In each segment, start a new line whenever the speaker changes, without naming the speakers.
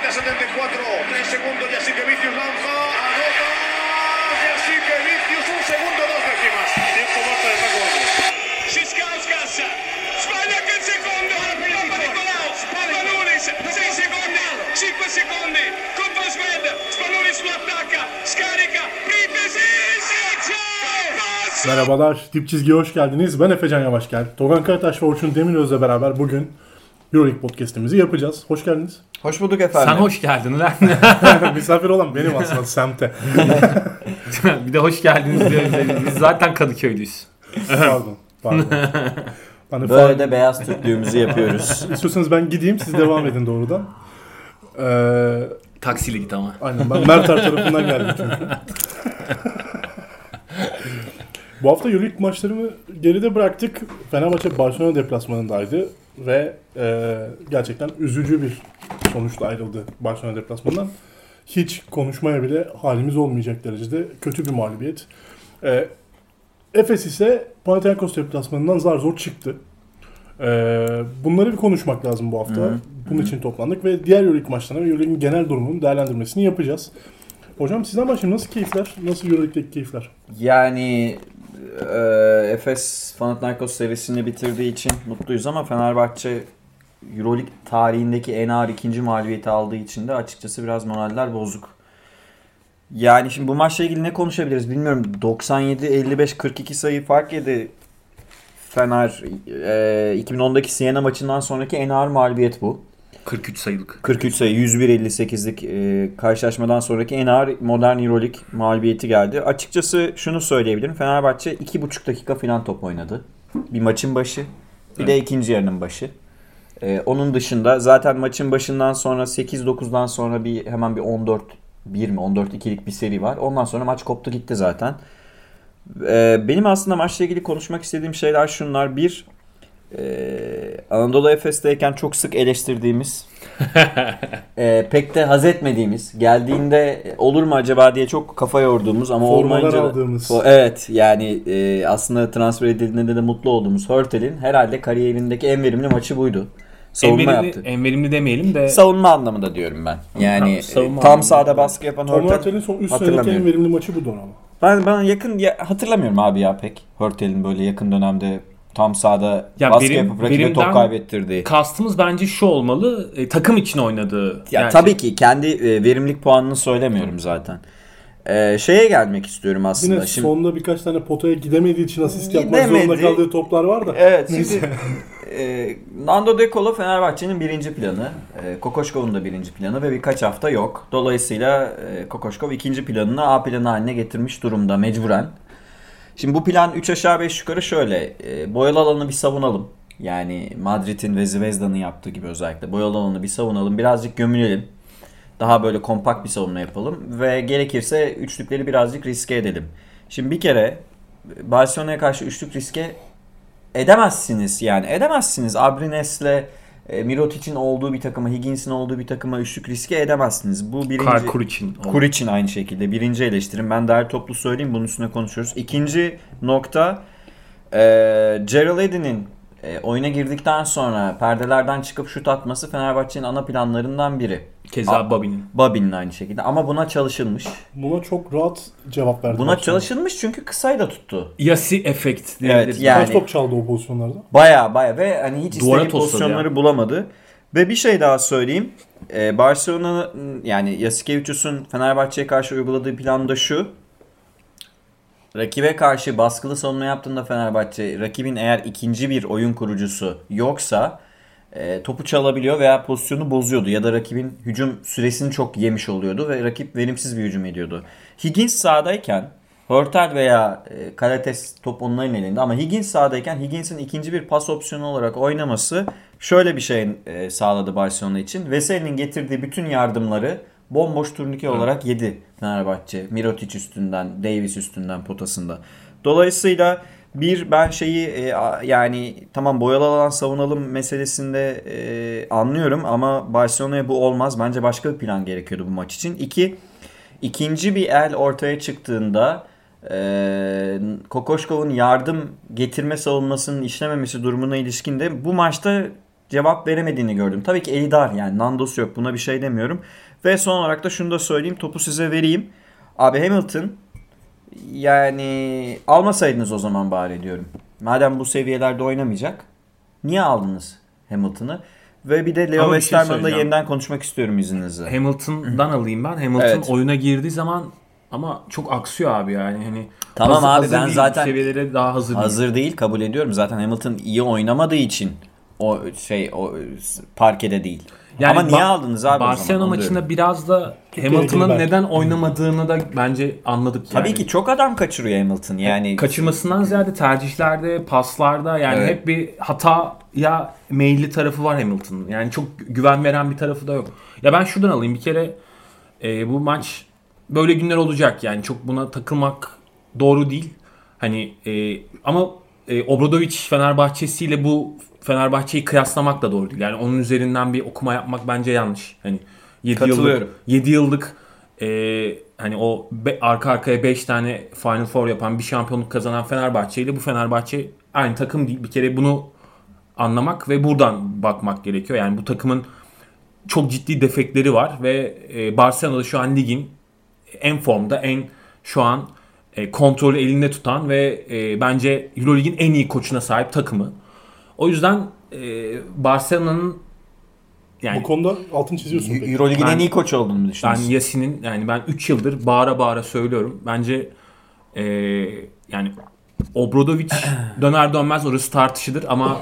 4, 3 segundos, y así que Vicius lanza, anota, y así que Vicius un segundo, dos décimas. Tiempo muerto de Paco Alves.
Szyszka skassa. Sbaglia che secondo. Papa Nicolaus. Spanulis. 6 secondi. 5 secondi. Coppa Sved. Spanulis lo attacca. Scarica. Pripesi. Passo.
Merhabalar, Dip Çizgi'ye hoş geldiniz. Ben Efecan Yavaşgel. Togan Karataş ve Orçun Demiröz'le beraber bugün Euroleague podcast'imizi yapacağız. Hoş geldiniz.
Hoş bulduk efendim.
Sen hoş geldin lan.
Misafir olan benim aslında semte.
bir de hoş geldiniz diyoruz. Biz zaten Kadıköylüyüz.
Pardon. Pardon. Ben de
Böyle de beyaz Türklüğümüzü yapıyoruz.
fa- İstiyorsanız ben gideyim, siz devam edin doğrudan. Ee,
Taksiyle git ama.
aynen ben Mertar tarafından geldim çünkü. Bu hafta Euroleague maçlarını geride bıraktık. Fenerbahçe Barcelona deplasmanındaydı ve e, gerçekten üzücü bir sonuçla ayrıldı Barcelona deplasmanından. Hiç konuşmaya bile halimiz olmayacak derecede kötü bir mağlubiyet. E, Efes ise Panathinaikos deplasmanından zar zor çıktı. E, bunları bir konuşmak lazım bu hafta. Bunun için toplandık ve diğer Euroleague maçlarına ve Euroleague'in genel durumunun değerlendirmesini yapacağız. Hocam sizden başlayayım. Nasıl keyifler? Nasıl Euroleague'deki keyifler?
yani e, Efes Panathinaikos serisini bitirdiği için mutluyuz ama Fenerbahçe Euroleague tarihindeki en ağır ikinci mağlubiyeti aldığı için de açıkçası biraz moraller bozuk. Yani şimdi bu maçla ilgili ne konuşabiliriz bilmiyorum. 97 55 42 sayı fark yedi Fener e, 2010'daki Siena maçından sonraki en ağır mağlubiyet bu.
43 sayılık.
43 sayı 101-58'lik e, karşılaşmadan sonraki en ağır modern Euroleague mağlubiyeti geldi. Açıkçası şunu söyleyebilirim. Fenerbahçe 2,5 dakika filan top oynadı. Bir maçın başı bir de ikinci yarının başı. E, onun dışında zaten maçın başından sonra 8-9'dan sonra bir hemen bir 14 1 mi 14-2'lik bir seri var. Ondan sonra maç koptu gitti zaten. E, benim aslında maçla ilgili konuşmak istediğim şeyler şunlar. Bir, e, Anadolu Efes'teyken çok sık eleştirdiğimiz e, pek de haz etmediğimiz, geldiğinde olur mu acaba diye çok kafa yorduğumuz ama
Formalar
olmayınca da-
aldığımız.
Fo- evet yani e, aslında transfer edildiğinde de mutlu olduğumuz Hörtel'in herhalde kariyerindeki en verimli maçı buydu. Savunma yaptı.
En verimli demeyelim de
Savunma anlamında diyorum ben. Yani
savunma
e, tam
anlamında.
sahada baskı yapan
Tom
Hörtel.
Hurtel'in son 3 senedeki en
hatırlamıyorum.
verimli maçı bu ama.
Ben ben yakın ya, hatırlamıyorum abi ya pek Hörtel'in böyle yakın dönemde tam sahada
Ya
baskı
benim-
yapıp rakibe
benimden-
top kaybettirdiği.
kastımız bence şu olmalı. e, takım için oynadığı.
Ya
gerçek.
tabii ki kendi e, verimlilik puanını söylemiyorum zaten. E, şeye gelmek istiyorum aslında.
Yine sonda birkaç tane potaya gidemediği için asist yapmak
Gidemedi.
zorunda kaldığı toplar var da.
Evet
Neyse.
şimdi e, Nando De Colo Fenerbahçe'nin birinci planı. E, Kokoşkov'un da birinci planı ve birkaç hafta yok. Dolayısıyla e, Kokoşkov ikinci planını A planı haline getirmiş durumda mecburen. Şimdi bu plan 3 aşağı 5 yukarı şöyle. E, boyalı alanı bir savunalım. Yani Madrid'in ve Zvezda'nın yaptığı gibi özellikle. Boyalı alanı bir savunalım. Birazcık gömülelim. Daha böyle kompakt bir savunma yapalım. Ve gerekirse üçlükleri birazcık riske edelim. Şimdi bir kere Barcelona'ya karşı üçlük riske edemezsiniz yani. Edemezsiniz. Abrines'le e, Mirotic'in olduğu bir takıma, Higgins'in olduğu bir takıma üçlük riske edemezsiniz. Bu birinci...
Kar kur için.
Kur için aynı şekilde. Birinci eleştirim. Ben daha toplu söyleyeyim. Bunun üstüne konuşuruz. İkinci nokta e, Gerald Eddy'nin e, oyuna girdikten sonra perdelerden çıkıp şut atması Fenerbahçe'nin ana planlarından biri.
Keza Bobby'nin.
Babin'in aynı şekilde. Ama buna çalışılmış.
Buna çok rahat cevap verdi.
Buna
Barcelona.
çalışılmış çünkü kısayı da tuttu.
Yasi efekt
Evet
diyebiliriz.
yani.
Kaç top çaldı o pozisyonlarda?
Baya baya ve hani hiç
Duvara
istediği
tosladı
pozisyonları bulamadı. Ve bir şey daha söyleyeyim. Ee, Barcelona yani Yasikevicius'un Fenerbahçe'ye karşı uyguladığı plan da şu. Rakibe karşı baskılı savunma yaptığında Fenerbahçe rakibin eğer ikinci bir oyun kurucusu yoksa e, topu çalabiliyor veya pozisyonu bozuyordu ya da rakibin hücum süresini çok yemiş oluyordu ve rakip verimsiz bir hücum ediyordu. Higgins sahadayken Hörtel veya e, Kalates top onların elinde ama Higgins sahadayken Higgins'in ikinci bir pas opsiyonu olarak oynaması şöyle bir şey e, sağladı Barcelona için. Veseli'nin getirdiği bütün yardımları bomboş turnike olarak yedi Fenerbahçe. Mirotic üstünden, Davis üstünden potasında. Dolayısıyla bir ben şeyi e, a- yani tamam boyalı alan savunalım meselesinde e, anlıyorum ama Barcelona'ya bu olmaz. Bence başka bir plan gerekiyordu bu maç için. İki, ikinci bir el ortaya çıktığında e, Kokoşkov'un yardım getirme savunmasının işlememesi durumuna ilişkin de bu maçta cevap veremediğini gördüm. Tabii ki eli dar yani Nandos yok buna bir şey demiyorum. Ve son olarak da şunu da söyleyeyim topu size vereyim. Abi Hamilton yani almasaydınız o zaman bari diyorum. Madem bu seviyelerde oynamayacak niye aldınız Hamilton'ı? Ve bir de Leo
Ama bir şey
Westerman'ı da
söyleyeceğim.
yeniden konuşmak istiyorum izninizle.
Hamilton'dan alayım ben. Hamilton
Evet.
oyuna girdiği zaman ama çok aksıyor abi yani. Hani
Tamam abi, ben
değil,
zaten-
seviyelere daha hazır. değil.
Hazır değil kabul ediyorum. Zaten Hamilton iyi oynamadığı için o şey o parkede değil. Ama niye
Ba-
aldınız abi o zaman?
Barcelona
Onu diyorum.
maçında biraz da
gerekli
Hamilton'ın
belki.
neden oynamadığını da bence anladık.
Tabii
yani. E,
ki çok adam kaçırıyor Hamilton. Yani
Kaçırmasından ziyade tercihlerde, paslarda yani
Evet.
hep bir hataya meyilli tarafı var Hamilton'ın. Yani çok güven veren bir tarafı da yok. Ya ben şuradan alayım bir kere e, bu maç böyle günler olacak yani çok buna takılmak doğru değil. Hani e, ama e, Obradovic Fenerbahçesi'yle bu Fenerbahçe'yi kıyaslamak da doğru değil. Yani onun üzerinden bir okuma yapmak bence yanlış. Hani 7
Katılıyorum.
yıllık 7 yıllık e, hani o be- arka arkaya 5 tane Final Four yapan bir şampiyonluk kazanan Fenerbahçe ile bu Fenerbahçe aynı takım değil. Bir kere bunu anlamak ve buradan bakmak gerekiyor. Yani bu takımın çok ciddi defekleri var ve e, Barcelona'da şu an ligin en formda, en şu an e, kontrolü elinde tutan ve e, bence EuroLeague'in en iyi koçuna sahip takımı. O yüzden e, Barcelona'nın yani
Bu konuda altın çiziyorsun.
Y-
peki.
Euroleague'in
Ben-
en iyi koç olduğunu mu
ben
düşünüyorsun?
Yasin'in yani ben 3 yıldır bağıra bağıra söylüyorum. Bence e, yani Obradovic döner dönmez orası tartışılır ama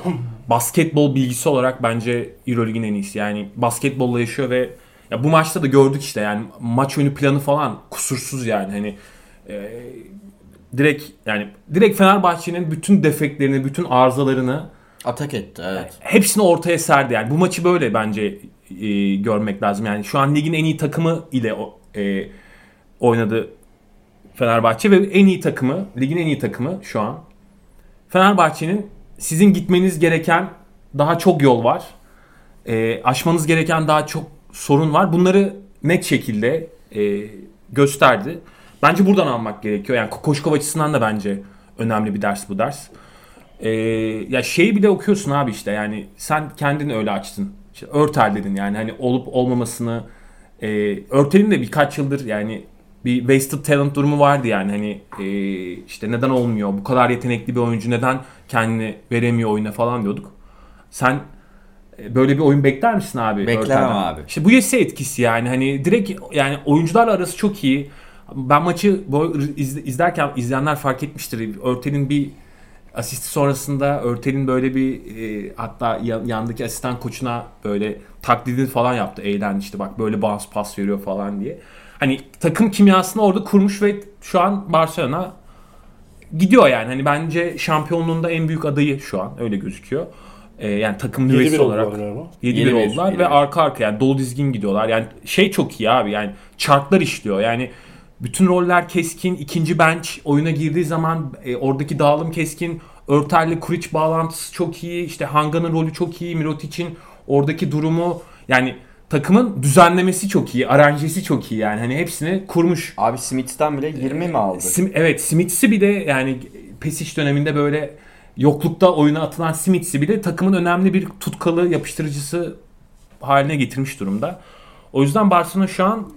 basketbol bilgisi olarak bence EuroLeague'in en iyisi. Yani basketbolla yaşıyor ve ya bu maçta da gördük işte yani maç önü planı falan kusursuz yani hani e, direkt yani direkt Fenerbahçe'nin bütün defeklerini, bütün arızalarını
Atak etti evet.
hepsini ortaya serdi yani. Bu maçı böyle bence e, görmek lazım. Yani şu an ligin en iyi takımı ile o- e, oynadı Fenerbahçe ve en iyi takımı, ligin en iyi takımı şu an. Fenerbahçe'nin sizin gitmeniz gereken daha çok yol var. E, aşmanız gereken daha çok sorun var. Bunları net şekilde e, gösterdi. Bence buradan almak gerekiyor. Yani Koşkov açısından da bence önemli bir ders bu ders. Ee, ya şeyi bile okuyorsun abi işte yani sen kendini öyle açtın. İşte örtel dedin yani hani olup olmamasını e, örtelin de birkaç yıldır yani bir wasted talent durumu vardı yani hani e, işte neden olmuyor bu kadar yetenekli bir oyuncu neden kendini veremiyor oyuna falan diyorduk. Sen e, böyle bir oyun bekler misin abi?
Beklemem
Örtel'den?
abi.
İşte bu yesi etkisi yani hani direkt yani oyuncularla arası çok iyi. Ben maçı bu- izle- izlerken izleyenler fark etmiştir. Örtel'in bir asisti sonrasında Örtel'in böyle bir e, hatta ya- yandaki asistan koçuna böyle taklidini falan yaptı. Eğlendi işte bak böyle bounce pas veriyor falan diye. Hani takım kimyasını orada kurmuş ve şu an Barcelona gidiyor yani. Hani bence şampiyonluğunda en büyük adayı şu an öyle gözüküyor. E, yani takım
7-1
nüvesi olarak.
oldular galiba.
7-1
Yeni bir-
oldular
yeni
ve
bir.
arka arka yani dolu dizgin gidiyorlar. Yani şey çok iyi abi yani çarklar işliyor. Yani bütün roller keskin. ikinci bench oyuna girdiği zaman e, oradaki dağılım keskin. Örter'le Kuriç bağlantısı çok iyi. İşte Hanga'nın rolü çok iyi. Mirotic'in oradaki durumu yani takımın düzenlemesi çok iyi. Aranjesi çok iyi yani. Hani hepsini kurmuş.
Abi Smith'ten bile 20
E,
mi aldı?
Sim, evet Smiths'i bir de yani Pesic döneminde böyle yoklukta oyuna atılan Smiths'i bile takımın önemli bir tutkalı yapıştırıcısı haline getirmiş durumda. O yüzden Barcelona şu an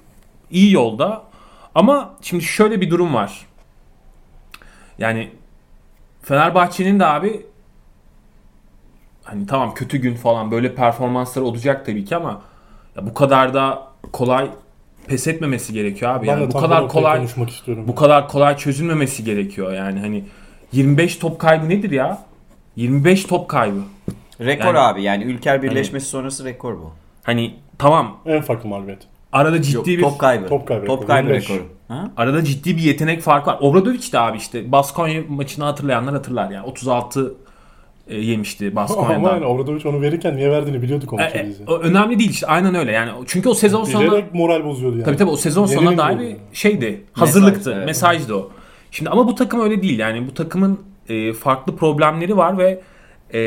iyi yolda. Ama şimdi şöyle bir durum var. Yani Fenerbahçe'nin de abi hani tamam kötü gün falan böyle performansları olacak tabii ki ama ya bu kadar da kolay pes etmemesi gerekiyor abi.
Ben
Yani
de
bu
tam
kadar
noktayı
kolay
konuşmak istiyorum.
bu kadar kolay çözülmemesi gerekiyor yani hani 25 top kaybı nedir ya? 25 top kaybı.
Rekor
Yani-
abi yani ülker birleşmesi sonrası rekor bu.
Hani tamam
En farklı mağlubiyet.
arada ciddi
Yok,
bir
top kaybı.
Top kaybı rekoru, 25.
rekoru. Ha?
arada ciddi bir yetenek farkı var. Obradovic de abi işte Baskonya maçını hatırlayanlar hatırlar yani 36 e, yemişti
Ama yani
Baskonya'dan.
Obradovic onu verirken niye verdiğini biliyorduk o
E,
maçı
e,
biz.
o önemli değil işte aynen öyle yani çünkü o sezon sonu
Bilerek moral bozuyordu yani.
Tabii tabii o sezon
Yeni
sonuna
mi
dair bir
geliyordu?
şeydi. Hazırlıktı.
evet.
Mesajdı o. Şimdi ama bu takım öyle değil. Yani bu takımın e, farklı problemleri var ve e,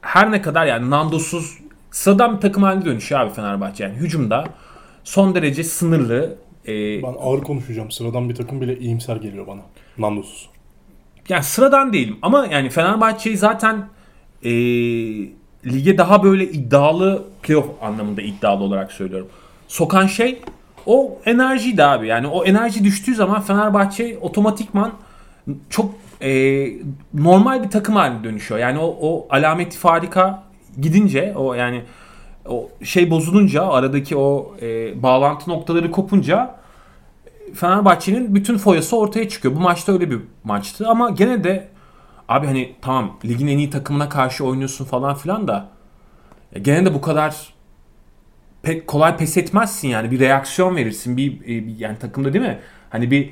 her ne kadar yani Nandos'uz sıradan bir takım haline dönüşüyor abi Fenerbahçe. Yani hücumda son derece sınırlı. e,
Ben ağır konuşacağım. Sıradan bir takım bile iyimser geliyor bana. Nandosuz.
yani sıradan değilim ama yani Fenerbahçe'yi zaten e, lige daha böyle iddialı playoff anlamında iddialı olarak söylüyorum. Sokan şey o enerjiydi abi. Yani o enerji düştüğü zaman Fenerbahçe otomatikman çok e, normal bir takım haline dönüşüyor. Yani o, o alameti farika gidince o yani o şey bozulunca aradaki o e, bağlantı noktaları kopunca Fenerbahçe'nin bütün foyası ortaya çıkıyor. Bu maçta öyle bir maçtı ama gene de abi hani tamam ligin en iyi takımına karşı oynuyorsun falan filan da ya gene de bu kadar pek kolay pes etmezsin yani bir reaksiyon verirsin bir, e, bir- yani takımda değil mi? Hani bir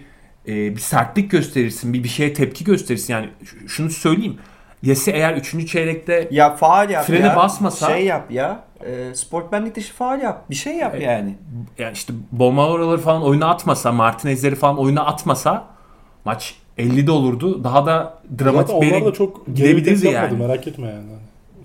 e, bir sertlik gösterirsin, bir bir şeye tepki gösterirsin. Yani ş- şunu söyleyeyim. Yesi eğer 3. çeyrekte
Ya faal yap
Frene
ya.
basmasa-
Şey yap ya. E, sportmenlik dışı faal yap. Bir şey yap yani.
yani işte Bombaroraları falan oyuna atmasa, Martinez'leri falan oyuna atmasa maç 50'de olurdu. Daha da
Zaten
dramatik bir
onlar
yere
da çok
gidebiliriz
gidebiliriz
yani.
yapmadı merak etme yani.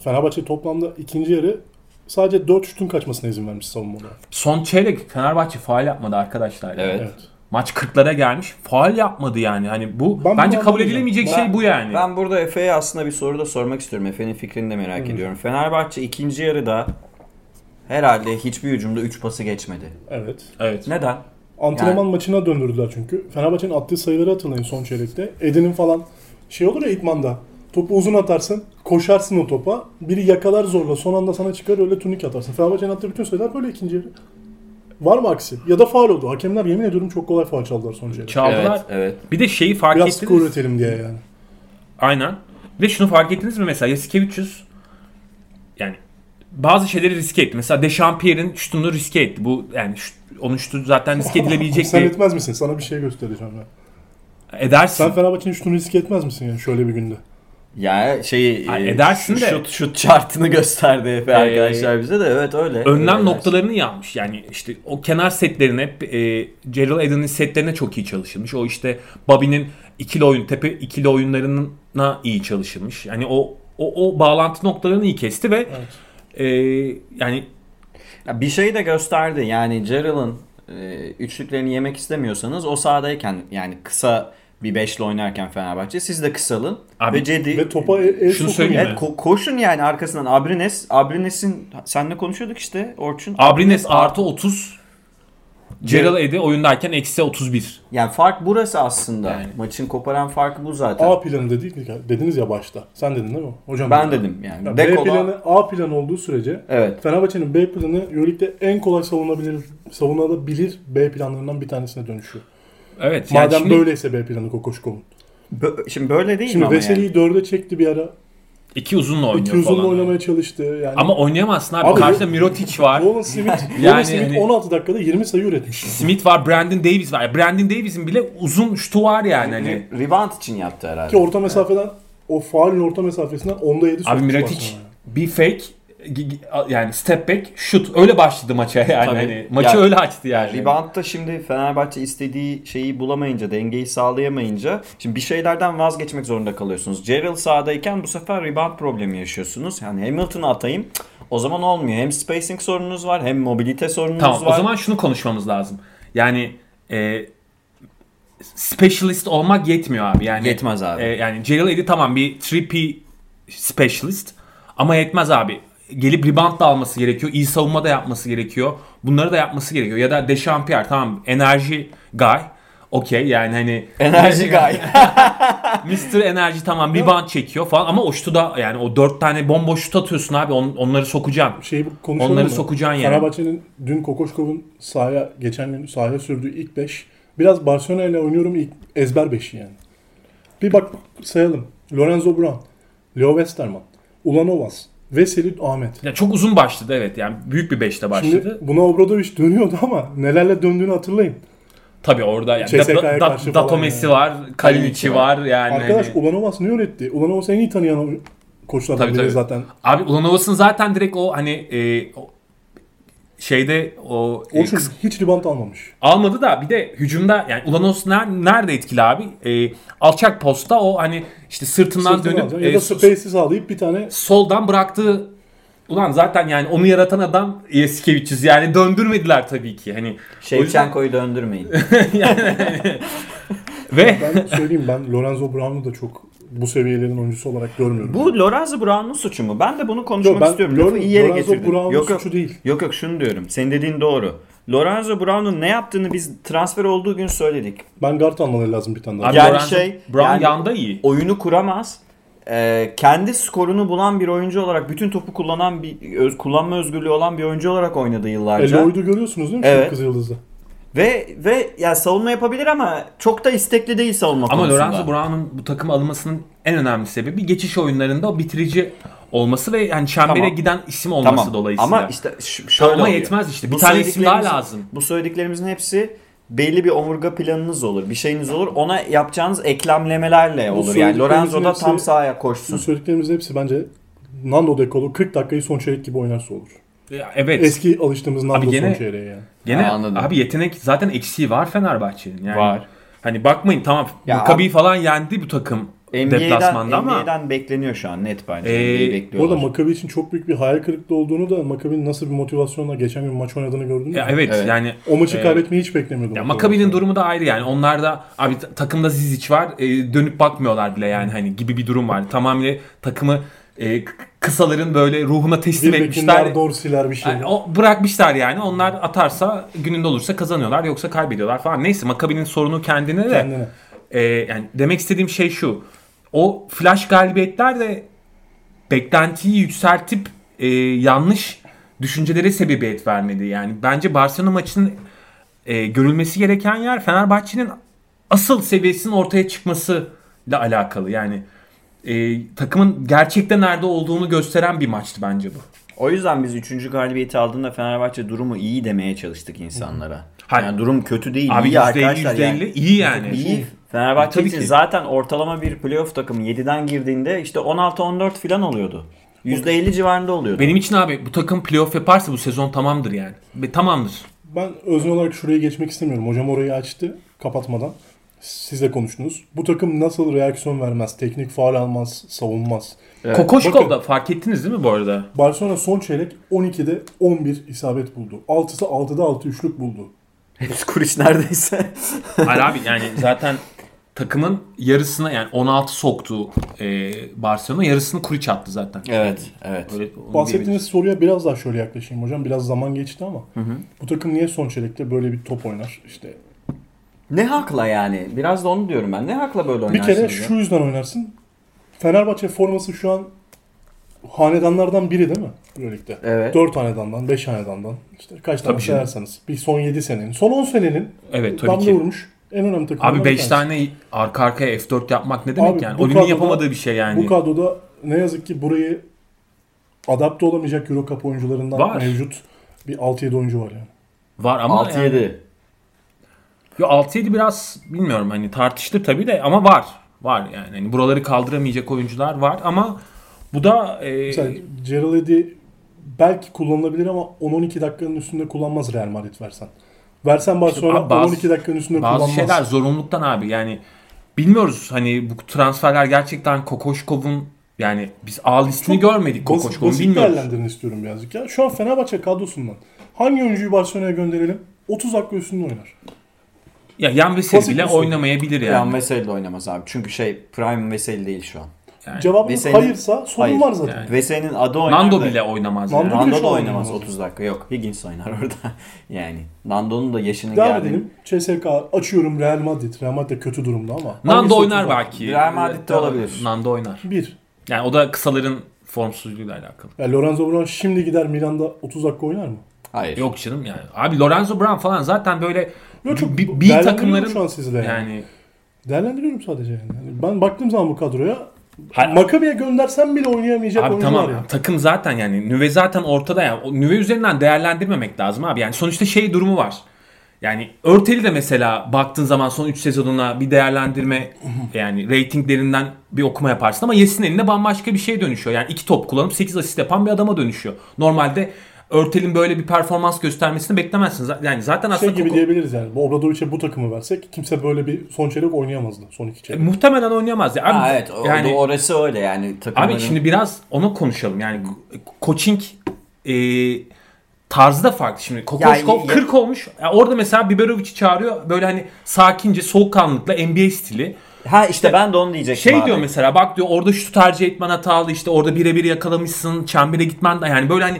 Fenerbahçe toplamda ikinci yarı sadece 4 şutun kaçmasına izin vermiş savunmada.
Son çeyrek Fenerbahçe faal yapmadı arkadaşlar. ya.
Evet.
Evet.
Maç 40'lara gelmiş. Faal yapmadı yani. Hani bu
Ben
bence
bunu
kabul
anlamayacağım.
edilemeyecek
Ben-
şey bu yani.
Ben burada Efe'ye aslında bir soru da sormak istiyorum. Efe'nin fikrini de merak ediyorum. Fenerbahçe ikinci yarıda herhalde hiçbir hücumda 3 pası geçmedi.
Evet.
Evet.
Neden?
Antrenman
Yani-
maçına döndürdüler çünkü. Fenerbahçe'nin attığı sayıları hatırlayın son çeyrekte. Eden'in falan şey olur ya idmanda. Topu uzun atarsın, koşarsın o topa. Biri yakalar zorla, son anda sana çıkar öyle turnik atarsın. Fenerbahçe'nin attığı bütün sayılar böyle ikinci yarı. Var mı aksi? Ya da faul oldu. Hakemler yemin ediyorum çok kolay faul çaldılar son çeyrek.
Çaldılar.
evet.
Bir de şeyi fark
Biraz
ettiniz.
skor üretelim diye yani.
Aynen. Bir de şunu fark ettiniz mi mesela Yasikevicius yani bazı şeyleri riske etti. Mesela Dechampierre'in şutunu riske etti. Bu yani şut, onun şutu zaten riske edilebilecek
Sen
bir
etmez misin? Sana bir şey göstereceğim ben.
edersin.
Sen Fenerbahçe'nin şutunu riske etmez misin yani şöyle bir günde?
Ya şey
Ay,
e,
edersin
şu-
de- Ee,
şut şut chartını gösterdi Efe arkadaşlar bize de evet öyle. Ee,
önlem
Öyle
noktalarını yanmış. Yani işte o kenar setlerine, e, Gerald Eden'in setlerine çok iyi çalışılmış. O işte Bobby'nin ikili oyun, tepe ikili oyunlarına iyi çalışılmış. Yani o o, o bağlantı noktalarını iyi kesti ve e, yani
Ya bir şey de gösterdi yani Gerald'ın e, üçlüklerini yemek istemiyorsanız o sahadayken yani kısa bir beşli oynarken Fenerbahçe siz de kısalın
Abi,
ve Cedi
Ve topa e- el
Şunu
sokun
söyleyeyim
yani.
mi?
Evet, ko- koşun yani arkasından Abrines Abrines'in senle konuşuyorduk işte Orçun.
Abrines artı 30, Gerald Eden oyundayken eksi 31.
Yani fark burası aslında.
Yani.
Maçın koparan farkı bu zaten.
A planı dedik, dediniz ya başta. Sen dedin değil mi? Hocam
ben dedim yani.
Ya B
Dekola-
planı A planı olduğu sürece
Evet.
Fenerbahçe'nin B planı Euroleague'de en kolay savunabilir, savunulabilir B planlarından bir tanesine dönüşüyor.
Evet. yani
Madem
şimdi
böyleyse B planı Kokoşkov'un.
Bö- şimdi böyle değil mi
Şimdi
ama
Veseli'yi
yani?
dörde çekti bir ara.
iki uzunla oynuyor
İki uzunla
falan.
oynamaya çalıştı. Yani
Ama oynayamazsın abi.
Abi-
Karşıda Mirotic var.
Nolan Smith, Nolan
Yani
Smith
hani-
16 dakikada 20 sayı üretmiş.
Smith var, Brandon Davis var. Brandon Davis'in bile uzun şutu var yani. Hani.
Re- rebound için yaptı herhalde.
Ki orta mesafeden o faulün orta mesafesinden 10'da 7
Abi Mirotic bir fake gi- gi- yani step back şut öyle başladı maça yani
Tabii.
hani maçı
Ya,
öyle açtı yani.
Rebound'da şimdi Fenerbahçe istediği şeyi bulamayınca, dengeyi sağlayamayınca şimdi bir şeylerden vazgeçmek zorunda kalıyorsunuz. Gerald sahadayken bu sefer rebound problemi yaşıyorsunuz. Yani Hamilton'ı atayım cık, o zaman olmuyor. Hem spacing sorununuz var hem mobilite sorununuz
Tamam
var.
o zaman şunu konuşmamız lazım. Yani e, specialist olmak yetmiyor abi. Yani
Yetmez abi.
e, yani Gerald Eddy tamam bir 3P specialist ama yetmez abi. Gelip rebound da alması gerekiyor. iyi savunma da yapması gerekiyor. Bunları da yapması gerekiyor. Ya da Dechampierre tamam enerji guy. Okey yani hani
Enerji gay.
Mr. Enerji tamam rebound çekiyor falan ama o şutu da yani o dört tane bomboş şut atıyorsun abi on- onları sokacaksın.
Şeyi şey konuşalım
Onları
mı?
sokacaksın yani.
Fenerbahçe'nin dün Kokoşkov'un sahaya geçen gün sahaya sürdüğü ilk 5 biraz Barcelona ile oynuyorum ilk ezber 5'i yani. Bir bak sayalım. Lorenzo Brown, Leo Westerman, Ulanovas, Veseli Ahmet.
Ya çok uzun başladı evet yani büyük bir beşte başladı.
Şimdi buna Obradoviç dönüyordu ama nelerle döndüğünü hatırlayın.
Tabii orada yani
CSKA 'ya
da,
karşı
da,
falan
Datomesi
yani.
var, Kalinic'i var. yani.
Arkadaş
hani-
Ulanovas ne öğretti? Ulanovas en iyi tanıyan oy- koçlardan
Tabii,
biri
tabii.
zaten.
Abi Ulanovas'ın zaten direkt o hani e, o- şeyde o, e,
O çocuk hiç rebound almamış.
Almadı da bir de hücumda yani Ulanos ner- nerede etkili abi? E, alçak posta o hani işte sırtından
Sırtını alacaksın.
dönüp
ya
e,
da
so-
space'i sağlayıp bir tane
soldan bıraktığı Ulan zaten yani onu yaratan adam Yasikevicius yani döndürmediler tabii ki hani
Şey,
o yüzden-
Şevçenko'yu döndürmeyin.
ve
ben söyleyeyim ben Lorenzo Brown'u da çok bu seviyelerin oyuncusu olarak görmüyorum.
Bu Lorenzo Brown'un suçu mu? Ben de bunu konuşmak
Yok, ben
istiyorum.
Lor-
Lafı iyi yere
Lorenzo
getirdin.
Brown'un
yok, yok,
suçu değil.
Yok yok şunu diyorum. Senin dediğin doğru. Lorenzo Brown'un ne yaptığını biz transfer olduğu gün söyledik.
Ben guard almaları lazım bir tane daha. E,
Abi
Yani
Lorenzo
şey,
Brown
yani-
yanda iyi.
Oyunu kuramaz. Ee, kendi skorunu bulan bir oyuncu olarak bütün topu kullanan bir öz- kullanma özgürlüğü olan bir oyuncu olarak oynadı
E,
yıllarca.
Lloyd'u görüyorsunuz değil mi?
Evet.
Şu Kızıl Yıldız'da.
Ve ve ya savunma yapabilir ama çok da istekli değil savunma
Ama
konusunda.
Lorenzo Brown'un bu takım alınmasının en önemli sebebi geçiş oyunlarında o bitirici olması ve yani çembere
Tamam.
giden isim olması dolayısıyla.
Ama işte ş- şöyle
Ama
oluyor.
yetmez işte. Bir tane isim daha
söylediklerimiz-
lazım.
Bu söylediklerimizin hepsi belli bir omurga planınız olur. Bir şeyiniz olur. Ona yapacağınız eklemlemelerle olur. Yani
söylediklerimizin
Lorenzo da
hepsi-
tam sahaya
Bu
koşsun.
söylediklerimizin hepsi bence Nando De Colo 40 dakikayı son çeyrek gibi oynarsa olur.
Ya Evet.
Eski alıştığımız Nando
gene-
son çeyreğe yani.
Gene
Ha, anladım.
abi yetenek zaten eksiği var Fenerbahçe'nin. Yani
Var.
Hani bakmayın tamam.
Ya
Maccabi falan yendi bu takım
NBA'den,
deplasmanda ama
NBA'den bekleniyor şu an net bence.
Ee,
NBA'yi
Bu arada
bekliyorlar.
Maccabi için çok büyük bir hayal kırıklığı olduğunu da Maccabi'nin nasıl bir motivasyonla geçen gün maç oynadığını gördünüz mü?
Ya evet,
Evet.
yani
O maçı
e,
kaybetmeyi hiç beklemiyordum.
Ya Maccabi'nin durumu da ayrı yani. Onlar da abi ta- takımda Zizic var. e, dönüp bakmıyorlar bile yani hani gibi bir durum var. Tamamıyla takımı e, k- kısaların böyle ruhuna teslim
bir
etmişler.
bekinler Dorsiler bir şey.
Yani o bırakmışlar yani. Onlar atarsa gününde olursa kazanıyorlar yoksa kaybediyorlar falan. Neyse Maccabi'nin sorunu kendine de.
Kendine.
E, yani demek istediğim şey şu. O flash galibiyetler de beklentiyi yükseltip e, yanlış düşüncelere sebebiyet vermedi. Yani bence Barcelona maçının e, görülmesi gereken yer Fenerbahçe'nin asıl seviyesinin ortaya çıkmasıyla alakalı. Yani e, takımın gerçekten nerede olduğunu gösteren bir maçtı bence bu.
O yüzden biz 3. galibiyeti aldığında Fenerbahçe durumu iyi demeye çalıştık insanlara.
Hayır.
Yani durum kötü değil.
Abi
iyi
%50
arkadaşlar yani.
%50 iyi yani.
İyi. Fenerbahçe
Tabii
için
ki.
zaten ortalama bir playoff takımı 7'den girdiğinde işte 16-14 falan oluyordu. %50 civarında oluyordu.
Benim için abi bu takım playoff yaparsa bu sezon tamamdır yani. Ve tamamdır.
Ben özne olarak şuraya geçmek istemiyorum. Hocam orayı açtı kapatmadan. Siz de konuştunuz. Bu takım nasıl reaksiyon vermez, teknik faal almaz, savunmaz.
Kokoşkov
Bakın.
da fark ettiniz değil mi bu arada?
Barcelona son çeyrek 12'de 11 isabet buldu. 6'sı 6'da 6 üçlük buldu.
Hepsi kuruş neredeyse.
Hayır abi yani zaten takımın yarısına yani 16 soktu e, Barcelona yarısını Kuriç attı zaten.
evet, evet.
Öyle, onu
Bahsettiğiniz soruya biraz daha şöyle yaklaşayım hocam. Biraz zaman geçti ama. Bu takım niye son çeyrekte böyle bir top oynar? İşte
Ne hakla yani? Biraz da onu diyorum ben. Ne hakla böyle
bir
oynarsın?
kere
diyor.
şu yüzden oynarsın. Fenerbahçe forması şu an hanedanlardan biri değil mi? Böylelikle.
Evet.
4 hanedandan, 5 hanedandan. işte kaç tane
Tabii canım.
sayarsanız. Bir son 7 senenin. Son 10 senenin
Evet tabii
damla
ki.
vurmuş. En önemli takımlardan
Abi
bir
5
tanesi.
tane arka arkaya F4 yapmak ne demek
Abi
yani?
bu
Oli'nin
kadroda-
yapamadığı bir şey yani.
Bu kadroda ne yazık ki burayı adapte olamayacak Euro Cup oyuncularından
Var.
mevcut bir 6-7 oyuncu var yani.
Var ama 6-7.
6-7.
Yani, Yo, 6-7 biraz bilmiyorum hani tartıştı tabii de ama var. Var yani. Hani buraları kaldıramayacak oyuncular var ama bu da e,
Mesela Gerald Eddy belki kullanılabilir ama 10-12 dakikanın üstünde kullanmaz Real Madrid versen. Versen Barcelona
abi bazı-
10-12 dakikanın üstünde
bazı
kullanmaz.
şeyler zorunluluktan abi yani bilmiyoruz hani bu transferler gerçekten Kokoşkov'un yani biz A listini görmedik
Basit-
Kokoşkov'un
basit
bilmiyoruz.
değerlendirin istiyorum birazcık ya. Şu an Fenerbahçe kadrosundan hangi oyuncuyu Barcelona'ya gönderelim? 30 dakika üstünde oynar.
Ya yan Veseli
Basit
bile
bir soru.
oynamayabilir yani.
Yani Veseli de oynamaz abi. Çünkü şey Prime Veseli değil şu an.
Cevabımız
Veseli-
hayırsa sorun
Hayır.
var zaten.
Yani.
Veseli'nin adı oynar.
Nando
da-
bile oynamaz.
Nando
yani.
bile
Nando
şu
da
an
oynamaz
oynamaz.
30 dakika. Yok Higgins oynar orada. yani Nando'nun da yaşının
Devam
geldiğini.
edelim. CSK açıyorum Real Madrid. Real Madrid de kötü durumda ama.
Nando
Hangisi
oynar
30 dakika?
belki.
Real Madrid'de olabilir.
Nando oynar.
Bir.
Yani o da kısaların formsuzluğuyla alakalı.
Ya Lorenzo Brown şimdi gider Milan'da 30 dakika oynar mı?
Hayır.
Yok canım yani. Abi Lorenzo Brown falan zaten böyle
Yok çok
bir,
değerlendiriyorum
takımların
şu an sizi de yani.
yani
Değerlendiriyorum sadece yani. Yani Ben baktığım zaman bu kadroya
Hayır.
Maccabi'ye göndersem bile oynayamayacak
Abi
oyuncular
tamam
ya. Şey
takım zaten yani nüve zaten ortada ya. O nüve üzerinden değerlendirmemek lazım abi. Yani sonuçta şey durumu var. Yani Örteli de mesela baktığın zaman son 3 sezonuna bir değerlendirme yani reytinglerinden bir okuma yaparsın ama Yes'in elinde bambaşka bir şey dönüşüyor. Yani iki top kullanıp 8 asist yapan bir adama dönüşüyor. Normalde Örtel'in böyle bir performans göstermesini beklemezsin. Za- Yani zaten
Şey
aslında
gibi
Koko-
diyebiliriz yani. Bu Obradovic'e bu takımı versek kimse böyle bir son çeyrek oynayamazdı. Son iki
E,
çeyrek.
muhtemelen oynayamaz. ya. Abi,
Ha, evet. O,
yani-
orası öyle yani. Takımların...
Abi şimdi biraz onu konuşalım. Yani ko- coaching e, tarzı da farklı. Şimdi Kokoşkov
Ya- ya-
40 olmuş. Ya orada mesela Biberovic'i çağırıyor. Böyle hani sakince soğukkanlılıkla NBA stili.
Ha işte ben de onu diyecektim
Şey
abi.
diyor mesela bak diyor orada şutu tercih etmen hatalı işte orada birebir yakalamışsın çembere gitmen de yani böyle hani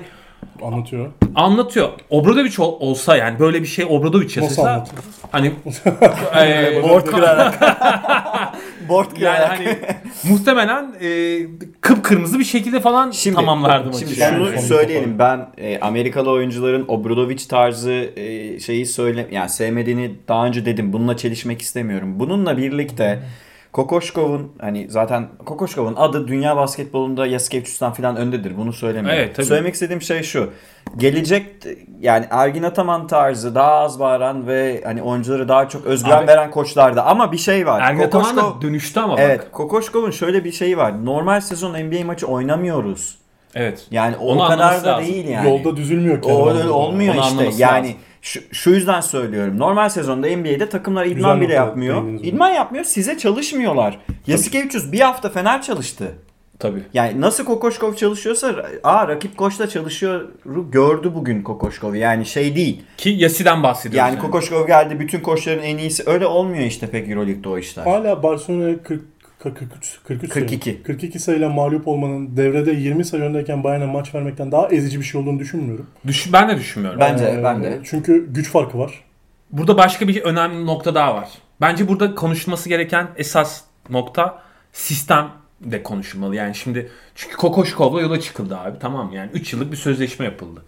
Anlatıyor.
anlatıyor. Obradoviç ol- olsa yani böyle bir şey Obradoviç
Nasıl
yazılsa
anlatıyor?
hani e,
Board kırarak. Board
yani
kırarak.
hani muhtemelen e, kıpkırmızı bir şekilde falan
Şimdi,
tamamlardı maçı.
şimdi
yani.
şunu
Yani.
söyleyelim ben e, Amerikalı oyuncuların Obradovic tarzı e, şeyi söyle yani sevmediğini daha önce dedim. Bununla çelişmek istemiyorum. Bununla birlikte Kokoşkov'un hani zaten Kokoşkov'un adı dünya basketbolunda Yaskevçus'tan filan öndedir. Bunu söylemiyorum.
Evet, tabii.
Söylemek istediğim şey şu. Gelecek t- yani Ergin Ataman tarzı daha az bağıran ve hani oyuncuları daha çok özgüven
Abi-
veren koçlarda ama bir şey var.
Ergin Ataman da
Kokoşkov-
dönüştü ama
Evet,
bak.
Kokoşkov'un şöyle bir şeyi var. Normal sezon NBA maçı oynamıyoruz.
Evet.
Yani o
Onu
kadar
anlaması
da
lazım.
değil yani.
Yolda düzülmüyor
o
Kerem
öyle
abi.
olmuyor
Onu
işte.
anlaması
Yani
lazım.
şu, şu yüzden söylüyorum. Normal sezonda NBA'de takımlar idman
Güzel
bile
nokta
yapmıyor.
değindiniz buna.
İdman yapmıyor, size çalışmıyorlar. Yasikevicius bir hafta Fener çalıştı.
Tabii.
Yani nasıl Kokoşkov çalışıyorsa aa rakip koçla çalışıyor gördü bugün Kokoşkov'u. Yani şey değil.
Ki Yasi'den bahsediyoruz.
Yani Kokoşkov geldi bütün koçların en iyisi. Öyle olmuyor işte pek EuroLeague'de o işler.
Hala Barcelona'ya 40 43 43 sayı-
42.
42 sayıyla mağlup olmanın devrede 20 sayı öndeyken Bayern'e maç vermekten daha ezici bir şey olduğunu düşünmüyorum.
Düş- ben de düşünmüyorum.
Bence
Ee,
E, ben de.
Çünkü güç farkı var.
Burada başka bir önemli nokta daha var. Bence burada konuşulması gereken esas nokta sistem de konuşulmalı. Yani şimdi çünkü Kokoşkov'la yola çıkıldı abi tamam mı? yani 3 yıllık bir sözleşme yapıldı.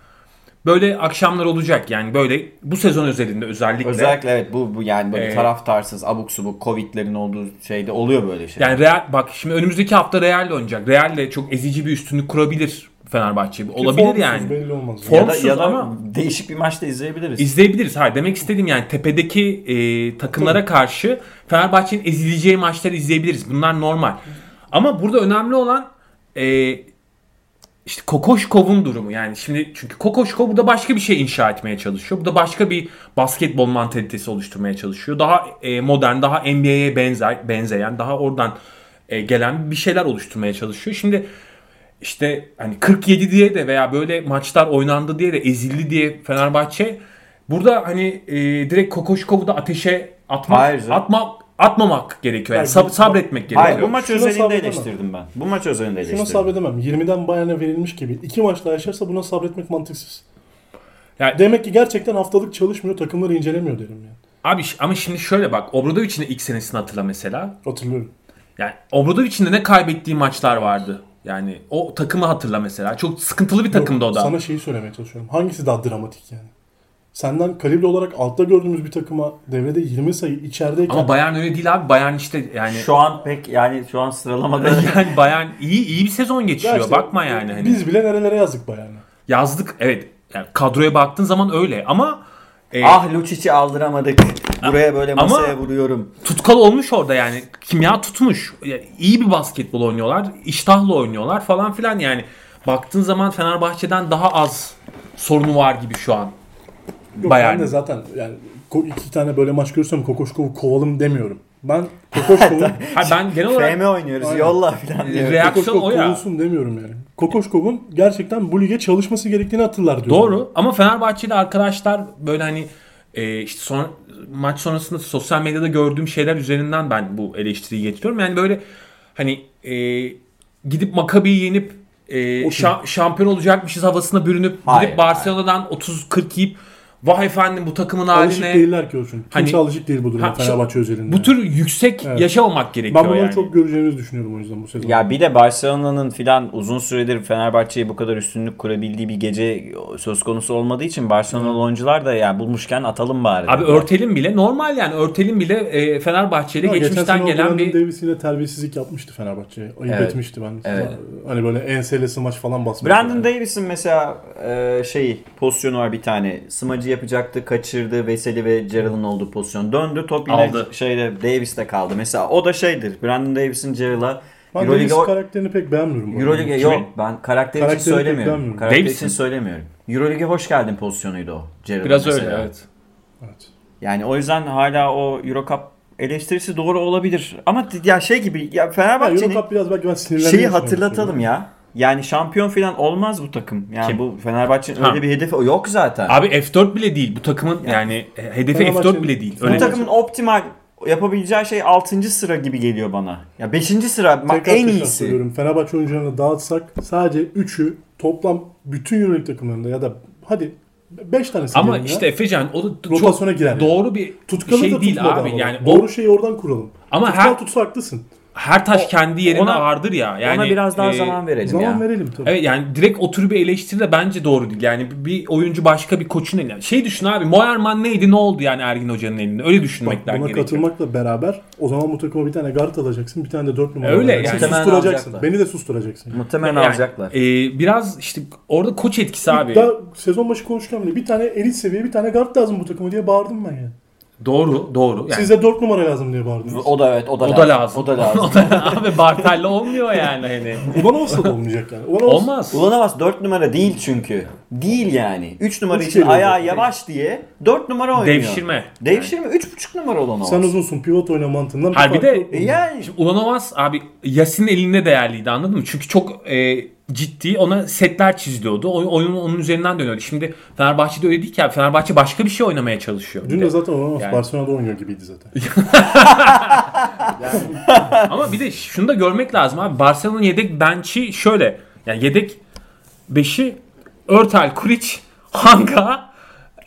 Böyle akşamlar olacak yani böyle bu sezon özelinde özellikle.
Özellikle evet bu, bu yani böyle
Ee,
taraftarsız abuk subuk Covid'lerin olduğu şeyde oluyor böyle şey.
Yani Real bak şimdi önümüzdeki hafta Real'le oynayacak. Real'le çok ezici bir üstünlük kurabilir Fenerbahçe. Olabilir
Formsuz
yani.
Belli olmaz.
Form-
ya da, ya
formsuz
da
ama-
değişik bir maçta izleyebiliriz.
İzleyebiliriz. Hayır demek istediğim yani tepedeki e, takımlara karşı Fenerbahçe'nin ezileceği maçları izleyebiliriz. Bunlar normal. Ama burada önemli olan e, işte Kokoşkov'un durumu. Yani şimdi çünkü Kokoşkov burada başka bir şey inşa etmeye çalışıyor. Bu da başka bir basketbol mantalitesi oluşturmaya çalışıyor. Daha e, modern, daha NBA'ye benzer benzeyen, daha oradan e, gelen bir şeyler oluşturmaya çalışıyor. Şimdi işte hani 47 diye de veya böyle maçlar oynandı diye de ezildi diye Fenerbahçe burada hani e, direkt Kokoşkov'u da ateşe atmak
Hayır canım.
atma atmamak gerekiyor. Yani
Hayır,
sab-
bu-
sabretmek gerekiyor.
Hayır bu maç
Şuna
özelinde
sabredemem.
eleştirdim ben. Bu maç özelinde
Şuna
eleştirdim.
sabredemem. 20'den Bayern'e verilmiş gibi. iki maç daha yaşarsa buna sabretmek mantıksız.
Yani-
Demek ki gerçekten haftalık çalışmıyor, takımları incelemiyor derim yani.
Abi ş- ama şimdi şöyle bak Obradovic'in de ilk senesini hatırla mesela.
Hatırlıyorum.
Yani Obradovic'in de ne kaybettiği maçlar vardı. Yani o takımı hatırla mesela. Çok sıkıntılı bir takımdı o da.
Sana şeyi söylemeye çalışıyorum. Hangisi daha dramatik yani? Senden kalibre olarak altta gördüğümüz bir takıma devrede 20 sayı içerideyken
Ama Bayern öyle değil abi. Bayern işte yani
Şu an pek yani şu an sıralamada
yani Bayern iyi iyi bir sezon
Ya
geçiriyor.
işte,
Bakma yani hani.
Biz bile nerelere yazdık Bayern'e.
Yazdık evet. Yani kadroya baktığın zaman öyle ama e,
ah Lucic'i aldıramadık. Buraya böyle
Ama-
masaya vuruyorum.
tutkal olmuş orada yani. Kimya tutmuş. Yani iyi bir basketbol oynuyorlar. iştahla oynuyorlar falan filan yani. Baktığın zaman Fenerbahçe'den daha az sorunu var gibi şu an.
Yok,
Bayern.
Ben de zaten yani ko- iki tane böyle maç görürsem Kokoşkov'u kovalım demiyorum. Ben Kokoşkov'un
Ha ben genel olarak
FM oynuyoruz
Aynen.
yolla filan diyor.
Real- Reaksiyon
Kokoşkov
o ya.
kovulsun demiyorum yani. Kokoşkov'un gerçekten bu lige çalışması gerektiğini hatırlar diyorum.
Doğru ama Fenerbahçeli arkadaşlar böyle hani e, işte son maç sonrasında sosyal medyada gördüğüm şeyler üzerinden ben bu eleştiriyi getiriyorum. Yani böyle hani e, gidip Makabi'yi yenip e, şa- şampiyon olacakmışız havasına bürünüp
Hayır,
gidip Barcelona'dan 30-40 yiyip vah efendim bu takımın
Alışık
haline
değiller ki Orçun. Kimse
Hani-
alışık değil bu duruma
Ha, şu-
Fenerbahçe özelinde.
bu tür yüksek yaşamamak
ben
gerekiyor
bunları
yani.
çok göreceğimizi düşünüyorum o yüzden bu sezon.
Ya bir de Barcelona'nın filan uzun süredir Fenerbahçe'ye bu kadar üstünlük kurabildiği bir gece söz konusu olmadığı için Barcelona'lı oyuncular da ya bulmuşken atalım bari.
Abi
dediler.
örtelim bile normal yani örtelim bile e, Fenerbahçe'yle
Ama geçen
geçmişten
sene
gelen
gelen
bir
Davis ile terbiyesizlik yapmıştı Fenerbahçe'ye. Ayıp
Evet.
etmişti ben.
Evet.
Hani böyle enselesi smaç falan basmıştı.
Brandon Davis'in mesela e, şey pozisyonu var bir tane. Smacı yapacaktı, kaçırdı. Veseli ve Gerald'ın olduğu pozisyon. Döndü top yine
Aldı.
şeyde Davis'te kaldı. Mesela o da şeydir. Brandon Davis'in Gerald'a
Ben Davis
Euroleague
karakterini pek beğenmiyorum. bu arada.
Euroleague
Kimin?
yok ben karakter
Karakteri
için
pek
söylemiyorum.
beğenmiyorum.
Karakter
Davis'in.
için söylemiyorum. Euroleague'e hoş geldin pozisyonuydu o. Gerald'ın
biraz öyle
mesela.
evet.
Evet.
Yani o yüzden hala o Euro Cup eleştirisi doğru olabilir. Ama ya şey gibi ya
Ya
Fenerbahçe'nin
Eurocup biraz belki ben sinirlendim.
Şeyi hatırlatalım ya. Yani şampiyon falan olmaz bu takım. Yani
Kim?
bu Fenerbahçe'nin
Ha.
öyle bir hedefi yok zaten.
Abi F4 bile değil bu takımın yani, e, hedefi F4
Fenerbahçe'nin-
bile değil.
bu
Öyle
takımın optimal yapabileceği şey 6. sıra gibi geliyor bana. Ya 5. sıra bak
Tekrar
en
tekrar
iyisi.
söylüyorum. Fenerbahçe oyuncularını dağıtsak sadece 3'ü toplam bütün Euroleague takımlarında ya da hadi 5 tanesi
Ama
diyelim ya.
işte Efecan o da t-
Rotasyona
çok
girer yani.
doğru bir
tutkalı
şey
da
değil
tutmadı
abi.
ama.
Yani
Doğru
o,
şeyi oradan kuralım.
Ama
Tutkal
her-
tutsa haklısın.
her taş kendi yerine
ona-
ağırdır ya. Yani
Ona biraz daha
e,
zaman verelim
Zaman
ya.
verelim tabii.
Evet yani direkt o tür bir eleştiri de bence doğru değil. Yani bir oyuncu başka bir koçun eline. Şey düşün abi Moerman neydi ne oldu yani Ergin Hoca'nın elinde. Öyle düşünmek
Buna
gerekiyor.
katılmakla beraber o zaman bu takıma bir tane guard alacaksın, bir tane de 4 numara
Öyle
alacaksın.
yani.
Susturacaksın.
Muhtemelen
Beni de susturacaksın.
Muhtemelen
Yani,
alacaklar.
e, biraz işte orada koç etkisi abi.
Daha sezon başı konuşurken bile bir tane elit seviye bir tane guard lazım bu takıma diye bağırdım ben yani.
Doğru doğru. Yani
Size 4 numara lazım diye bağırdınız.
O da evet o da,
o da lazım.
O da lazım.
abi Bartel'le olmuyor yani hani.
Ulan olsa da olmayacak yani. Ulan olsa-
Olmaz.
Ulanamaz 4 numara değil çünkü. Değil yani. 3 numara
Üç
için
geliyor
ayağı
zaten.
yavaş diye 4 numara oynuyor.
Devşirme.
Devşirme 3.5 numara olan o.
Sen uzunsun pivot oyna mantığından.
Ha, bir
fark
de-
yok.
E yani
Ulanovas abi Yasin'in elinde değerliydi anladın mı? Çünkü çok e, ciddi ona setler çiziliyordu. O, oyun onun üzerinden dönüyordu. Şimdi Fenerbahçe'de öyle değil ki abi. Fenerbahçe başka bir şey oynamaya çalışıyor.
Dün de zaten Ulanovas
Yani-
Barcelona'da oynuyor gibiydi zaten.
Ama bir de şunu da görmek lazım abi. Barcelona'nın yedek bench'i şöyle. Yani yedek beşi Örtel, Kuric, Hanga.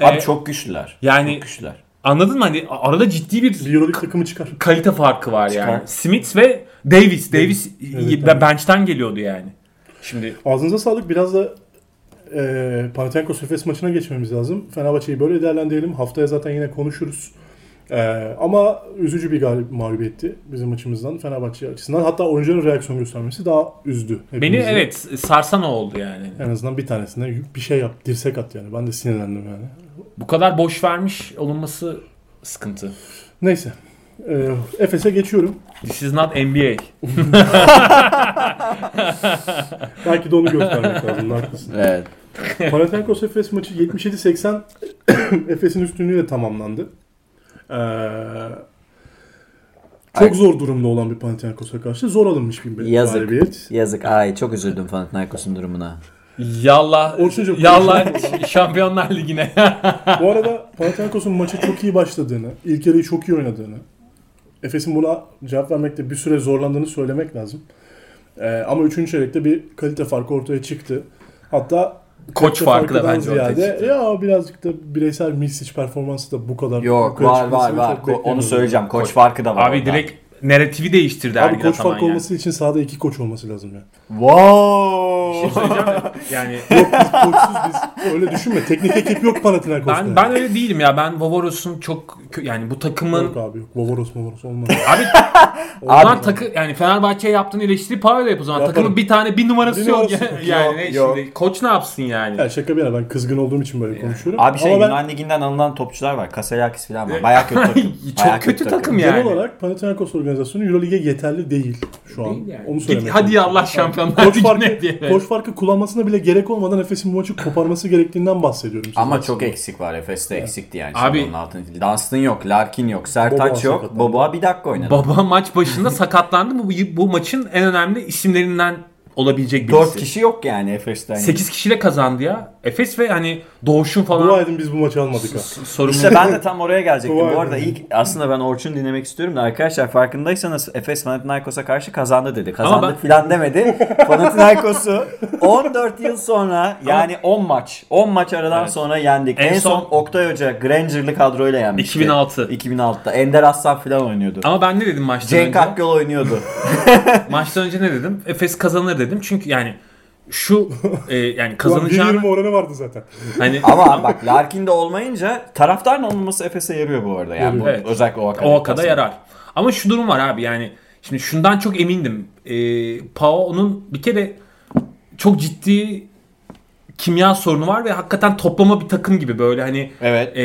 e,
abi çok güçlüler.
yani-
çok güçlüler.
Anladın mı? Hani arada ciddi bir
Bir Euroleague takımı çıkar.
kalite farkı var yani.
Çıkar.
Smith ve Davis. Davis
Evet,
de bench'ten geliyordu yani. Şimdi
Ağzınıza sağlık. Biraz da e, Panathinaikos Efes maçına geçmemiz lazım. Fenerbahçe'yi böyle değerlendirelim. Haftaya zaten yine konuşuruz. E, ama üzücü bir galib mağlubiyetti bizim açımızdan. Fenerbahçe açısından. Hatta oyuncuların reaksiyon göstermesi daha üzdü.
beni
hepimizi.
evet sarsan o oldu yani.
En azından bir tanesine bir şey yap. Dirsek at yani. Ben de sinirlendim yani.
Bu kadar boş vermiş olunması sıkıntı.
Neyse. E, Efes'e geçiyorum.
This is not NBA.
Belki de onu göstermek lazım. Haklısın.
Evet.
Panathinaikos Efes maçı 77-80 Efes'in üstünlüğüyle tamamlandı. Ee, çok
Ay.
zor durumda olan bir Panathinaikos'a karşı zor alınmış bir
Yazık.
galibiyet.
Yazık. Ay çok üzüldüm Panathinaikos'un durumuna.
Yallah,
Orçuncuğum.
yallah Şampiyonlar Ligi'ne.
Bu arada Panathinaikos'un maça çok iyi başladığını, ilk yarıyı çok iyi oynadığını, Efes'in buna cevap vermekte bir süre zorlandığını söylemek lazım. Ee, ama 3. çeyrekte bir kalite farkı ortaya çıktı. Hatta
Koç
kalite
farkı da
farkından
bence ortaya çıktı.
Ya birazcık da bireysel Misic performansı da bu kadar.
Yok
yukarı
var var
çıkmasını
var.
çok
Ko- onu
beklemiyordum.
söyleyeceğim. Koç farkı da var.
Abi
orada.
direkt narratifi değiştirdi
Abi
Ergin
koç
Ataman
fark
yani.
olması için sahada iki koç olması lazım ya.
Wow.
şey Söyleyeceğim de, yani
Yok biz koçsuz biz. Öyle düşünme. Teknik ekip yok Panathinaikos'ta.
ben ben öyle değilim ya. Ben Vovoros'un çok kö- yani bu takımın
Yok abi yok. Vovoros Vovoros olmaz.
Abi
Olmaz
onlar
abi.
takı yani Fenerbahçe'ye yaptığın eleştiri Pavel'e yap o zaman.
Yaparım.
Takımın bir tane bir numarası
Bir
yok.
numarası
yani yani
Yok,
şimdi koç ne yapsın yani?
Ya şaka bir yana ben kızgın olduğum için böyle konuşuyorum.
Abi şey
Ama ben
Yunan Ligi'nden alınan topçular var. Kaselakis falan var. Baya kötü takım.
E- Çok
Bayağı
kötü takım
genel
yani.
olarak Panathinaikos organizasyonu Euroleague'e yeterli değil şu an.
Değil yani.
Onu
Git-
söylemek
hadi
lazım.
ya Allah şampiyonlar
Koç
ligine
farkı,
diye.
koç farkı kullanmasına bile gerek olmadan Efes'in bu maçı koparması gerektiğinden bahsediyorum. size
Ama
aslında.
çok eksik var. Efes'te eksikti yani.
Abi-
Abi. Onun altını. Dunstan yok. Larkin yok. Sertaç
Boba
yok.
sakat.
Boba bir dakika oynadı.
Baba maç başında sakatlandı. Bu, bu maçın en önemli isimlerinden olabilecek birisi.
4 kişi yok yani Hani Efes'ten.
8 kişiyle kazandı ya. Efes ve hani Doğuş'un
Dua
falan
edin biz bu maçı almadık ha.
sorumlu.
İşte ben de tam oraya gelecektim.
Vay
Bu arada
be.
ilk aslında ben Orçun'u dinlemek istiyorum da arkadaşlar farkındaysanız Efes Panathinaikos'a karşı kazandı dedi. Kazandık filan demedi. Panathinaikos'u 14 yıl sonra yani 10 maç 10 maç aradan sonra yendik.
En
En, son,
son-
Oktay Hoca Granger'lı kadroyla yenmişti.
2006.
2006'da. Ender Aslan filan oynuyordu.
Ama ben ne dedim maçtan
Cenk
önce?
Akyol oynuyordu.
Maçtan önce ne dedim? Efes kazanır dedim. Çünkü yani şu e, yani
Ulan
kazanacağını
1.20 oranı vardı zaten.
hani
Ama bak Larkin de olmayınca taraftarın olmaması Efes'e yarıyor bu arada. Yani bu,
Evet.
özellikle o kadar.
O kadar yarar. Ama şu durum var abi yani şimdi şundan çok emindim. Ee, Pao'nun bir kere çok ciddi kimya sorunu var ve hakikaten toplama bir takım gibi böyle hani
Evet.
e,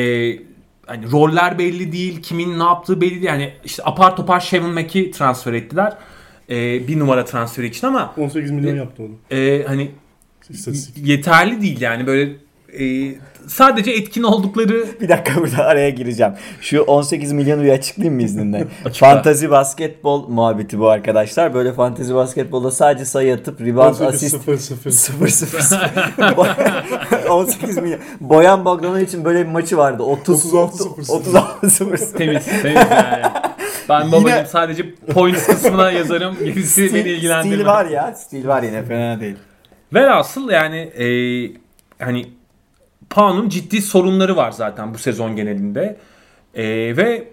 hani roller belli değil, kimin ne yaptığı belli değil. Yani işte apar topar Shevon Mack'i transfer ettiler. Ee, bir numara transferi için ama
18 milyon yaptı onu.
e, hani
İstatistik.
yeterli değil yani böyle e, sadece etkin oldukları
Bir dakika burada araya gireceğim. Şu 18 milyonu bir açıklayayım mı izninle?
Açıkla.
fantazi basketbol muhabbeti bu arkadaşlar. Böyle fantazi basketbolda sadece sayı atıp rebound
18
asist
0 0.
0 0 18 milyon. Boyan Bogdanovic için böyle bir maçı vardı. 30
36-0.
36 0
temiz, temiz yani. Ben babacım
Yine-
sadece points kısmına yazarım. Gerisi beni
Stil
ilgilendirmez.
var ya. Stil var yine fena değil.
Velhasıl yani e, hani Paun'un ciddi sorunları var zaten bu sezon genelinde. E, ve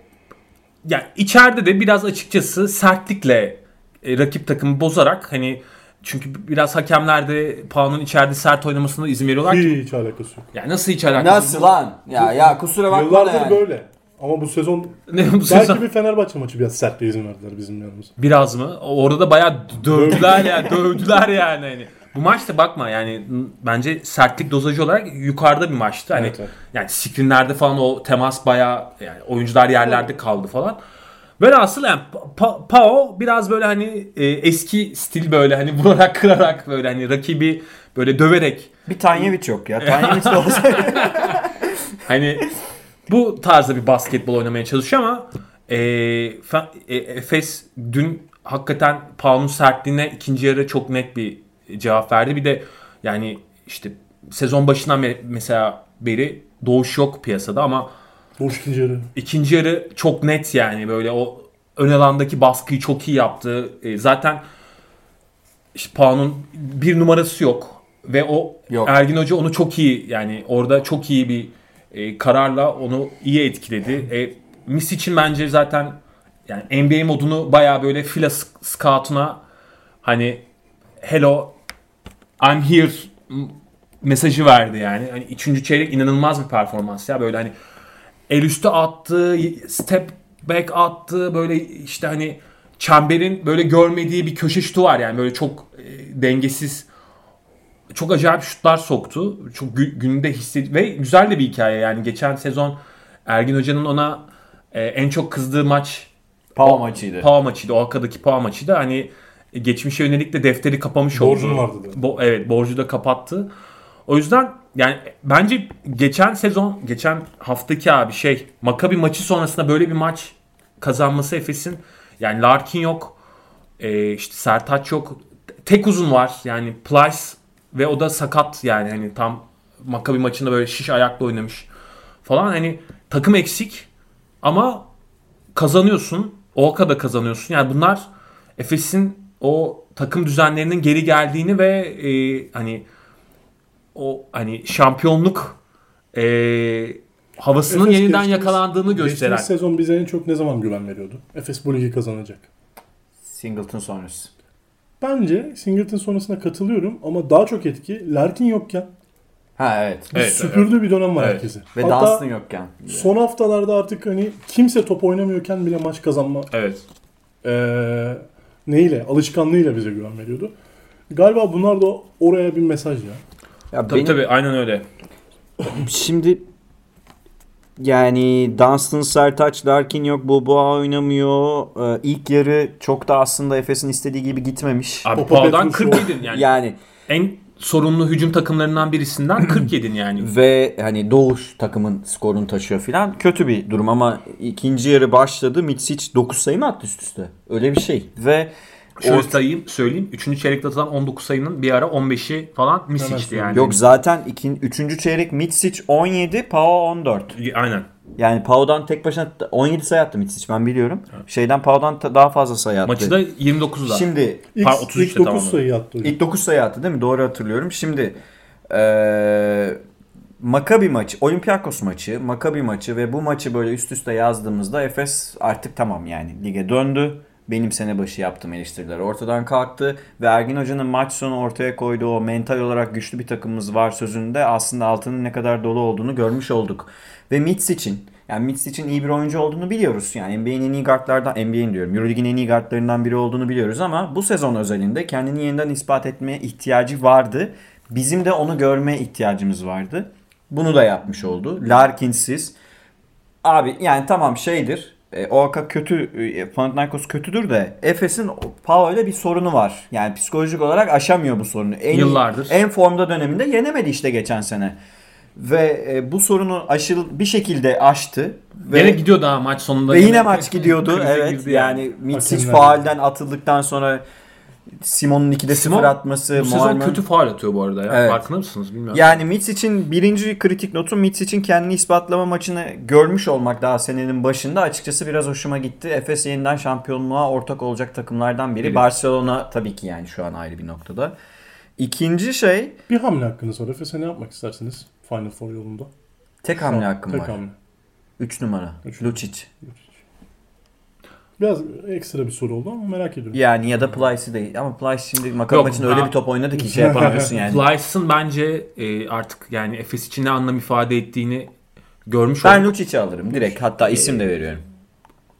yani içeride de biraz açıkçası sertlikle e, rakip takımı bozarak hani çünkü biraz hakemler de Paun'un içeride sert oynamasına izin veriyorlar ki.
Hiç alakası yok.
Yani nasıl içeride?
Nasıl lan? Ya ya kusura bakma da
Yıllardır
yani.
böyle. Ama bu sezon
Ne bu sezon?
belki bir Fenerbahçe maçı biraz sert bir izin verdiler bizim yanımıza.
Biraz mı? Orada da bayağı dövdüler yani. dövdüler yani. Hani. Bu maçta bakma yani n- bence sertlik dozajı olarak yukarıda bir maçtı. Hani
Evet, evet.
yani screenlerde falan o temas bayağı yani oyuncular yerlerde kaldı falan. Velhasıl yani Pa- Pa- Pao biraz böyle hani e, eski stil böyle hani vurarak kırarak böyle hani rakibi böyle döverek
Bir Tanyevic yok ya. Tanyevic de olsa.
Hani bu tarzda bir basketbol oynamaya çalışıyor ama e, Fe- e, Efes dün hakikaten Paun'un sertliğine ikinci yarı çok net bir cevap verdi. Bir de yani işte sezon başından beri- mesela beri doğuş yok piyasada ama
Boş ikinci yarı.
ikinci yarı çok net yani böyle o ön alandaki baskıyı çok iyi yaptı. E, zaten işte Paun'un bir numarası yok ve o
Yok.
Ergin Hoca onu çok iyi yani orada çok iyi bir e, kararla onu iyi etkiledi. E, Miss için bence zaten yani NBA modunu bayağı böyle fila sk- scout'una hani hello I'm here m- mesajı verdi yani. Hani üçüncü çeyrek inanılmaz bir performans ya böyle hani el üstü attı, step back attı böyle işte hani çemberin böyle görmediği bir köşe şutu var yani böyle çok e, dengesiz çok acayip şutlar soktu. Çok gü- günde hisset ve güzel de bir hikaye yani geçen sezon Ergin Hoca'nın ona e, en çok kızdığı maç
Pau maçıydı.
Pau maçıydı. O arkadaki Pau maçıydı. Hani e, geçmişe yönelik de defteri kapamış oldu.
Borcun vardı da.
Bo- evet borcu da kapattı. O yüzden yani bence geçen sezon, geçen haftaki abi şey Makabi maçı sonrasında böyle bir maç kazanması Efes'in yani Larkin yok, e, işte Sertaç yok, tek uzun var yani Plyce ve o da sakat yani hani tam Makabi maçında böyle şiş ayakla oynamış falan hani takım eksik ama kazanıyorsun. OAK'a da kazanıyorsun. Yani bunlar Efes'in o takım düzenlerinin geri geldiğini ve e, hani o hani şampiyonluk e, havasının
Efes
yeniden
geçtiğimiz-
yakalandığını gösteren.
Geçtiğimiz sezon bize en çok ne zaman güven veriyordu? Efes bu ligi kazanacak.
Singleton sonrası.
Bence Singleton sonrasına katılıyorum ama daha çok etki Larkin yokken
Ha evet.
Evet,
süpürdüğü bir dönem var
Evet.
herkese.
Ve
Hatta
Dunstan yokken.
son haftalarda artık hani kimse top oynamıyorken bile maç kazanma
Evet.
eee, neyle alışkanlığıyla bize güven veriyordu. Galiba bunlar da oraya bir mesaj ya.
Ya
Tabii tabii aynen öyle.
Şimdi yani Dunstan, Sertaç, Larkin yok. Boboa oynamıyor. Ee, ilk yarı çok da aslında Efes'in istediği gibi gitmemiş.
Abi
Popo
Pau'dan
Petrus'u-
40 yedin yani.
Yani
En sorunlu hücum takımlarından birisinden 40 yedin yani.
ve hani Doğuş takımın skorunu taşıyor filan. Kötü bir durum ama ikinci yarı başladı. Mitsic 9 sayı mı attı üst üste? Öyle bir şey. Ve
Şöyle
or-
sayayım, söyleyeyim. 3. çeyrekte atılan 19 sayının bir ara 15'i falan Misic'ti
Hemen
yani.
yok zaten ikin, üçüncü çeyrek Mitsic 17, Pau 14.
Aynen.
Yani Pau'dan tek başına 17 sayı attı Mitsic ben biliyorum. Şeyden Pau'dan ta- daha fazla sayı attı.
Maçı da 29'da.
Şimdi
İlk,
Par- 33'te
ilk 9
tamamladı.
sayı attı hocam.
ilk 9 sayı attı değil mi? Doğru hatırlıyorum. Şimdi eee Makabi maçı, Olympiakos maçı, Makabi maçı ve bu maçı böyle üst üste yazdığımızda Efes artık tamam yani lige döndü. Benim sene başı yaptığım eleştiriler ortadan kalktı ve Ergin Hoca'nın maç sonu ortaya koyduğu o mental olarak güçlü bir takımımız var sözünde aslında altının ne kadar dolu olduğunu görmüş olduk. Ve Mitz için yani Mitz için iyi bir oyuncu olduğunu biliyoruz. Yani NBA'nin en iyi guardlardan, NBA'nin diyorum Euroleague'in en iyi guardlarından biri olduğunu biliyoruz ama bu sezon özelinde kendini yeniden ispat etmeye ihtiyacı vardı. Bizim de onu görmeye ihtiyacımız vardı. Bunu da yapmış oldu. Larkinsiz. Abi yani tamam şeydir. E, OAK kötü, e, Panathinaikos kötüdür de Efes'in Pao'yla bir sorunu var. Yani psikolojik olarak aşamıyor bu sorunu. En,
Yıllardır.
En formda döneminde yenemedi işte geçen sene. Ve e, bu sorunu aşıl bir şekilde aştı. Ve,
Gene gidiyor daha maç sonunda.
ve
Gene
yine maç gidiyordu.
krize
evet
girdi
yani, yani
Hakemler.
faalden atıldıktan sonra Simon'un 2'de 0
Simon,
atması,
Bu sezon
Moerman.
kötü faal atıyor bu arada ya.
Evet.
Farkında mısınız bilmiyorum.
Yani Mitch için birinci kritik notu Mitch için kendini ispatlama maçını görmüş olmak daha senenin başında açıkçası biraz hoşuma gitti. Efes yeniden şampiyonluğa ortak olacak takımlardan biri.
Biri.
Barcelona tabii ki yani şu an ayrı bir noktada. İkinci şey
Bir hamle hakkınız var. Efes'e ne yapmak istersiniz Final Four yolunda?
tek hamle hakkım
Tek
var.
hamle.
3 numara.
Üç.
Lucic.
Biraz ekstra bir soru oldu ama merak ediyorum.
Yani ya da Plyce'i de ama Plyce şimdi Makar
Yok,
maçında öyle
ha.
bir top oynadı ki şey yapamıyorsun yani.
Plyce'ın bence e, artık yani Efes için ne anlam ifade ettiğini görmüş
Ben
olduk.
Lucic'i alırım direkt
Ee,
hatta isim de veriyorum.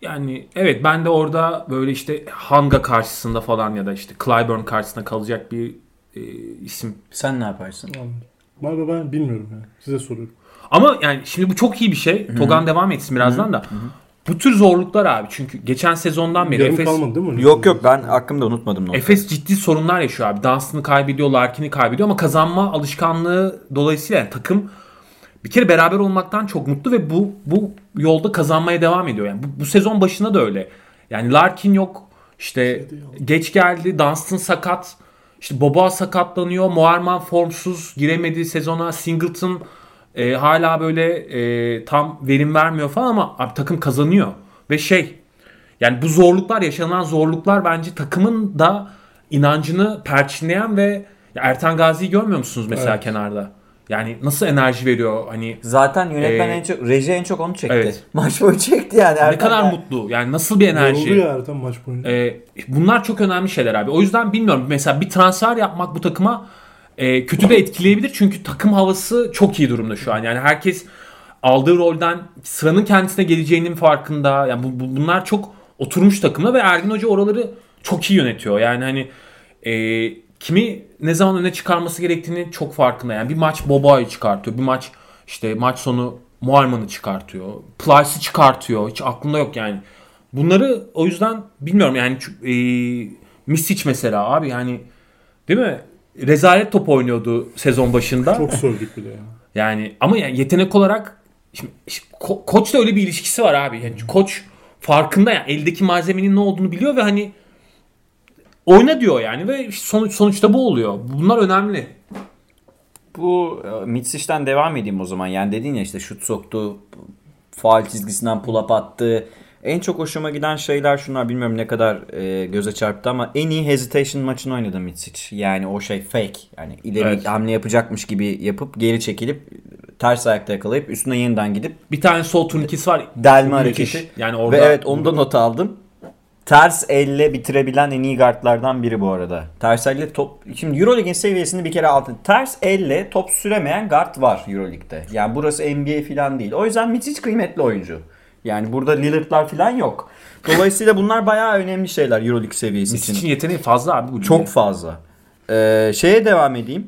Yani evet ben de orada böyle işte Hanga karşısında falan ya da işte Clyburn karşısında kalacak bir e, isim
Sen ne yaparsın?
Galiba ben bilmiyorum yani. Size soruyorum.
Ama yani şimdi bu çok iyi bir şey. Togan devam etsin birazdan da. Bu tür zorluklar abi çünkü geçen sezondan beri
Yarım
Efes
kalmadı değil mi?
Yok yok ben aklımda unutmadım. notu.
Efes ciddi sorunlar yaşıyor abi. Dansını kaybediyor, Larkin'i kaybediyor ama kazanma alışkanlığı dolayısıyla yani takım bir kere beraber olmaktan çok mutlu ve bu bu yolda kazanmaya devam ediyor. Yani bu, bu sezon başında da öyle. Yani Larkin yok. işte geç geldi. Dunstan sakat. işte Boba sakatlanıyor. Moerman formsuz giremedi sezona. Singleton e, hala böyle e, tam verim vermiyor falan ama abi, takım kazanıyor. Ve şey yani bu zorluklar yaşanan zorluklar bence takımın da inancını perçinleyen ve ya Ertan Gazi'yi görmüyor musunuz mesela
Evet.
kenarda? Yani nasıl enerji veriyor hani
Zaten yönetmen
Ee,
en çok, reji en çok onu çekti.
evet.
Maç boyu çekti yani.
ne kadar mutlu yani nasıl bir enerji.
Yoruldu
şey.
ya Ertan maç boyunca.
Ee, bunlar çok önemli şeyler abi. O yüzden bilmiyorum mesela bir transfer yapmak bu takıma e, kötü de etkileyebilir. Çünkü takım havası çok iyi durumda şu an. Yani herkes aldığı rolden sıranın kendisine geleceğinin farkında. Yani bu, bu- bunlar çok oturmuş takımda ve Ergin Hoca oraları çok iyi yönetiyor. Yani hani e, kimi ne zaman öne çıkarması gerektiğini çok farkında. Yani bir maç Boba'yı çıkartıyor. Bir maç işte maç sonu Muarman'ı çıkartıyor. Plyce'ı çıkartıyor. Hiç aklımda yok yani. Bunları o yüzden bilmiyorum yani çü- e, Misic mesela abi yani değil mi? Rezalet top oynuyordu sezon başında.
Çok sövdük bir de yani.
Yani ama yani yetenek olarak şimdi, şimdi ko- koçla öyle bir ilişkisi var abi. Yani koç farkında ya eldeki malzemenin ne olduğunu biliyor ve hani oyna diyor yani ve sonuç sonuçta bu oluyor. Bunlar önemli.
Bu e, Mitsic'den devam edeyim o zaman. Yani dedin ya işte şut soktu, faal çizgisinden pull up attı. En çok hoşuma giden şeyler şunlar bilmiyorum ne kadar e, göze çarptı ama en iyi hesitation maçını oynadı Mitsic. Yani o şey fake. Yani ileri
Evet.
hamle yapacakmış gibi yapıp geri çekilip ters ayakta yakalayıp üstüne yeniden gidip
Bir tane sol turnikesi var.
delme
Müthiş.
hareketi.
Yani orada
Ve evet onu da not aldım. Ters elle bitirebilen en iyi guardlardan biri bu arada. Ters elle top... Şimdi Euroleague'in seviyesini bir kere altın. Ters elle top süremeyen guard var Euroleague'de. Yani burası NBA falan değil. O yüzden Mitic kıymetli oyuncu. Yani burada Lillard'lar falan yok. Dolayısıyla bunlar bayağı önemli şeyler Euroleague seviyesi için.
için yeteneği fazla abi bu ligde.
Çok fazla. Ee, şeye devam edeyim.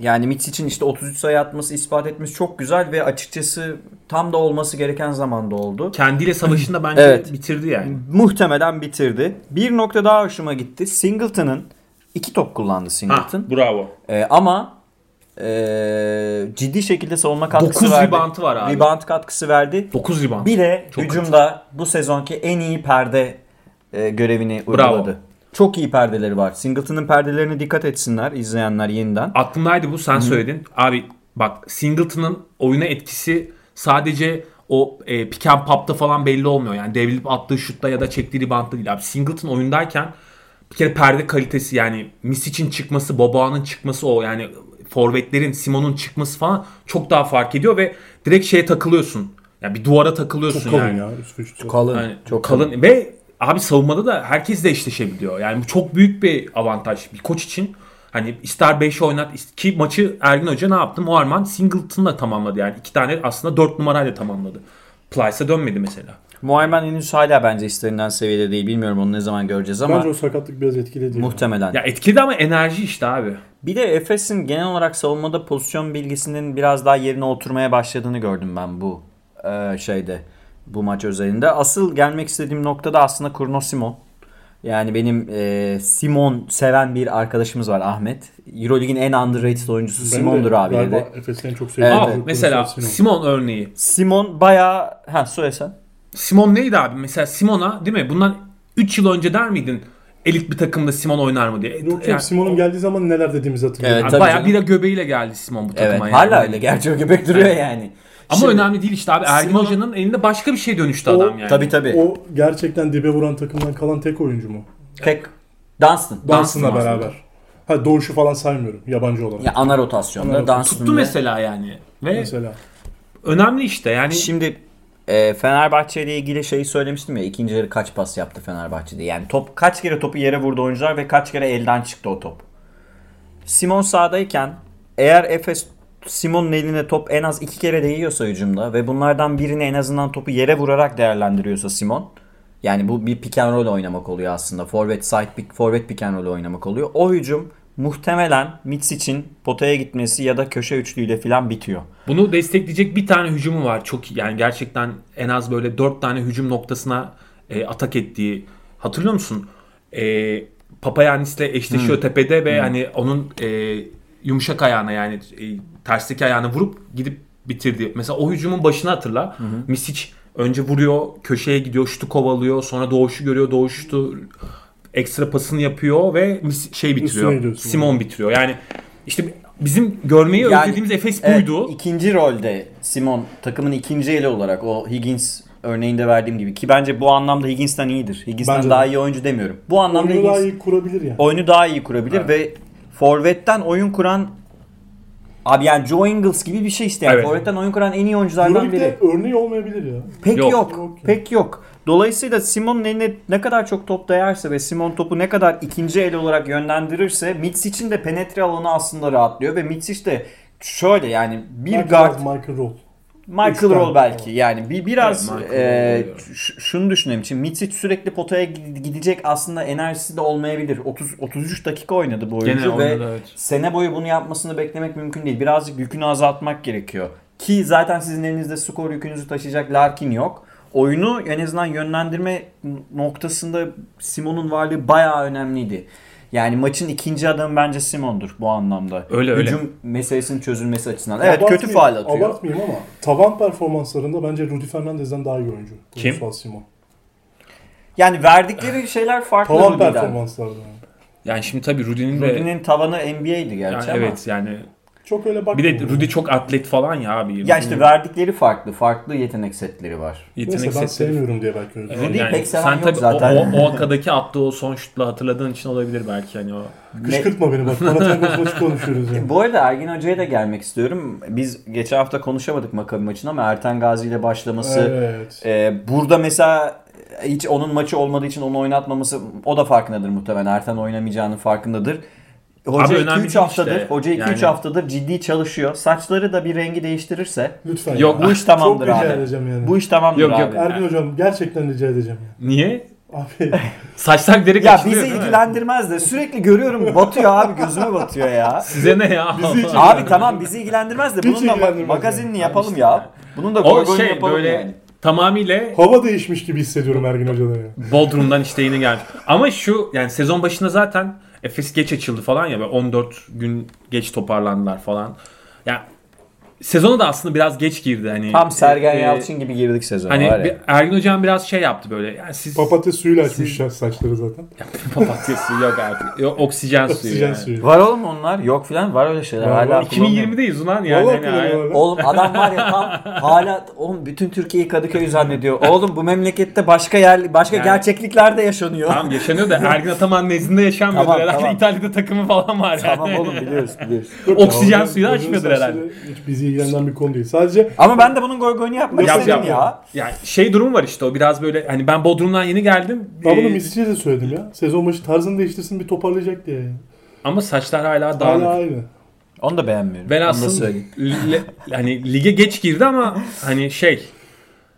Yani Mitch için işte 33 sayı atması, ispat etmesi çok güzel ve açıkçası tam da olması gereken zamanda oldu.
kendiyle savaşını da bence
Evet.
bitirdi yani.
Muhtemelen bitirdi. Bir nokta daha hoşuma gitti. Singleton'ın iki top kullandı
Ha,
Singleton.
bravo.
Ee, ama ee, ciddi şekilde savunma katkısı
Dokuz
verdi.
reboundu var abi.
Rebound katkısı verdi.
9 riban.
Bir de
Çok
hücumda bu sezonki en iyi perde e, görevini
Bravo.
uyguladı. Çok iyi perdeleri var. Singleton'ın perdelerine dikkat etsinler izleyenler yeniden.
Aklımdaydı bu sen söyledin. Abi bak Singleton'ın oyuna etkisi sadece o e, pick and pop'ta falan belli olmuyor. Yani devrilip attığı şutta ya da çektiği reboundda değil. Abi Singleton oyundayken bir kere perde kalitesi yani Misic'in çıkması, Boba'nın çıkması o yani forvetlerin, Simon'un çıkması falan çok daha fark ediyor ve direkt şeye takılıyorsun. Yani bir duvara takılıyorsun
Çok kalın
yani.
ya. Üst üstü.
Kalın.
Yani
çok kalın.
kalın. ve abi savunmada da herkes de eşleşebiliyor. Yani bu çok büyük bir avantaj bir koç için. Hani ister 5 oynat is- ki maçı Ergin Hoca ne yaptı? Muharman Singleton'la tamamladı yani. iki tane aslında 4 numarayla tamamladı. Plyce'a dönmedi mesela.
Muaymen henüz hala bence istenilen seviyede değil. Bilmiyorum onu ne zaman göreceğiz ama
Bence o sakatlık biraz etkiledi. yani.
muhtemelen.
Ya etkili ama enerji işte abi.
Bir de Efes'in genel olarak savunmada pozisyon bilgisinin biraz daha yerine oturmaya başladığını gördüm ben bu e, şeyde bu maç özelinde. Asıl gelmek istediğim nokta da aslında Kurno Simon. Yani benim e, Simon seven bir arkadaşımız var Ahmet. Euroleague'in en underrated oyuncusu
Ben de
Simon'dur abi
galiba
dedi.
Efes'in en çok sevdiğim.
Evet.
Aa,
Abi,
oyuncu
mesela
Simon.
Simon örneği.
Simon bayağı... Ha söyle sen.
Simon neydi abi? Mesela Simon'a değil mi? Bundan 3 yıl önce der miydin? elit bir takımda Simon oynar mı diye.
E, Yok
Yani-
yok Simon'un geldiği zaman neler dediğimizi hatırlıyorum.
Evet.
yani
tabii
bayağı
canım.
bira göbeğiyle geldi Simon bu
Evet
takıma. yani.
hala öyle gerçi o göbek duruyor yani.
Ama
Şimdi-
önemli değil işte abi. Ergin
Simon'un-
Hoca'nın elinde başka bir şey dönüştü
Şey, O-
adam yani.
Tabii tabii.
O gerçekten dibe vuran takımdan kalan tek oyuncu mu?
Tek Dunstan.
Dunstan
Dansın'la
aslında.
beraber. Ha Doğuş'u falan saymıyorum yabancı olarak.
Ya ana rotasyonda
Ana-
Dunstan'la-
Tuttu mesela yani. Ve
Mesela.
önemli işte yani.
Şimdi e, Fenerbahçe ile ilgili şeyi söylemiştim ya ikinci yarı kaç pas yaptı Fenerbahçe'de. Yani top kaç kere topu yere vurdu oyuncular ve kaç kere elden çıktı o top. Simon sahadayken eğer Efes Simon'un eline top en az iki kere değiyorsa hücumda ve bunlardan birini en azından topu yere vurarak değerlendiriyorsa Simon yani bu bir pick and roll oynamak oluyor aslında. Forvet side pick, forvet pick and roll oynamak oluyor. O hücum muhtemelen Mitz için potaya gitmesi ya da köşe üçlüyle falan bitiyor.
Bunu destekleyecek bir tane hücumu var. Çok iyi. yani gerçekten en az böyle dört tane hücum noktasına e, atak ettiği. Hatırlıyor musun? E, Papayanis'le eşleşiyor tepede ve hani onun e, yumuşak ayağına yani e, tersteki ayağına vurup gidip bitirdi. Mesela o hücumun başını hatırla. Misic önce vuruyor, köşeye gidiyor, şutu kovalıyor. Sonra doğuşu görüyor, doğuş şutu ekstra pasını yapıyor ve Mis- şey
Üstüne
bitiriyor.
gidiyorsun.
Simon bitiriyor. Yani işte bizim görmeyi
Yani-
özlediğimiz Efes
Evet,
buydu.
ikinci rolde Simon takımın ikinci eli olarak o Higgins örneğinde verdiğim gibi ki bence bu anlamda Higgins'ten iyidir. Higgins'ten
Bence de.
daha iyi oyuncu demiyorum. Bu anlamda
Oyunu
Higgins
daha iyi kurabilir yani.
oyunu daha iyi kurabilir ve forvetten oyun kuran abi yani Joe Ingles gibi bir şey işte yani
Evet.
forvetten oyun kuran en iyi oyunculardan biri.
Euroleague'de örneği olmayabilir ya.
Pek
Yok.
yok.
Yok.
Pek yok. Dolayısıyla Simon'un eline ne kadar çok top değerse ve Simon topu ne kadar ikinci el olarak yönlendirirse Mitz için de penetre alanı aslında rahatlıyor ve Mitz de şöyle yani bir
Belki
guard
biraz Michael Roll.
Michael
Üçten.
Roll belki yani bir biraz
Evet, Michael
e,
Roll diyorum.
ş- şunu düşünelim şimdi Mitic sürekli potaya gi- gidecek aslında enerjisi de olmayabilir 30 33 dakika oynadı bu oyuncu
Gene
ve
oynadı, evet.
sene boyu bunu yapmasını beklemek mümkün değil birazcık yükünü azaltmak gerekiyor ki zaten sizin elinizde skor yükünüzü taşıyacak Larkin yok oyunu en azından yönlendirme noktasında Simon'un varlığı bayağı önemliydi. Yani maçın ikinci adamı bence Simon'dur bu anlamda.
Öyle, öyle.
Hücum meselesinin çözülmesi açısından. Evet kötü
Abartmayayım-
faal atıyor.
Abartmayayım ama tavan performanslarında bence Rudy Fernandez'den daha iyi oyuncu.
Kim?
Gonçalo Simon.
Yani verdikleri şeyler farklı
Tavan
Rudy'den.
performanslarında. yani.
Yani şimdi tabii Rudy'nin de
Rudy'nin tavanı NBA'ydi gerçi
yani
ama.
evet yani
Çok öyle
bir
bakmıyorum.
de Rudy çok atlet falan ya abi.
Ya işte verdikleri farklı. Farklı yetenek setleri var.
yetenek
Neyse ben
setleri.
sevmiyorum diye belki öyle.
Yani
Rudy pek seven
sen
yok
tabii
zaten.
O, o, o akadaki attığı o son şutla hatırladığın için olabilir belki hani o.
Kışkırtma beni bak. Panathinaikos maçı konuşuyoruz yani.
Bu arada Ergin Hoca'ya da gelmek istiyorum. Biz geçen hafta konuşamadık Makabi maçını ama Ertan Gazi ile başlaması.
Evet.
e, burada mesela hiç onun maçı olmadığı için onu oynatmaması o da farkındadır muhtemelen. Ertan oynamayacağının farkındadır.
Abi
Hoca
önemli
2-3
değil
haftadır,
işte.
hoca 2-3
Yani-
haftadır ciddi çalışıyor. Saçları da bir rengi değiştirirse
Lütfen.
Yok,
ya.
bu iş tamamdır
Çok
abi.
rica edeceğim yani.
Bu iş tamamdır
Yok, yok.
abi.
Ergin hocam gerçekten rica edeceğim ya.
Niye?
Abi
Saçlar giderek
Ya
açılıyor
bizi
değil mi?
ilgilendirmez de sürekli görüyorum batıyor abi gözüme batıyor ya.
Size ne ya?
Bizi hiç-
Abi tamam bizi ilgilendirmez de bunun da ma-
ilgilendirmez
magazinini
yani.
yapalım ya. Bunun da
o
gorgonunu
şey
yapalım
böyle
yani.
tamamıyla
hava değişmiş gibi hissediyorum Ergin hocadan ya.
Bodrum'dan işte yeni gelmiş. Ama şu yani sezon başında zaten Efes geç açıldı falan ya böyle 14 gün geç toparlandılar falan. Ya sezona da aslında biraz geç girdi hani.
Tam Sergen
Ee,
Yalçın gibi girdik sezona
Hani
var ya.
bir- Ergin hocam biraz şey yaptı böyle. Yani siz
Papatya suyuyla açmış ya saçları zaten.
papatya suyu yok artık. Yok, oksijen suyu.
Oksijen
yani.
suyu.
Var oğlum onlar yok filan var öyle şeyler
Var,
hala
var.
kullanılıyor.
2020'deyiz ulan yani.
Valla
Hani ay-
kullanıyorlar.
Oğlum adam var ya tam hala oğlum bütün Türkiye'yi Kadıköy zannediyor. Oğlum bu memlekette başka yer başka
Yani-
gerçeklikler de yaşanıyor.
Tamam yaşanıyor da Ergin Ataman nezdinde yaşanmıyordur.
Tamam,
herhalde
tamam.
İtalya'da takımı falan var yani.
Tamam oğlum biliyoruz biliyoruz.
Oksijen
Hocam,
suyu da
hocanın
açmıyordur
saçları
herhalde.
Hiç bizi ilgilendiren bir konu değil. Sadece
Ama ben de bunun gorgonu yapmak
Yap,
istedim
yap.
ya.
Yani şey durum var işte o biraz böyle hani ben Bodrum'dan yeni geldim.
ben
Ee,
bunu Misic'e de söyledim ya. Sezon başı tarzını değiştirsin bir toparlayacak diye. yani.
ama saçlar hala
Hala
dağınık.
aynı.
Onu da beğenmiyorum. Onu da
Velhasıl
söyleyeyim.
le- hani lige geç girdi ama hani şey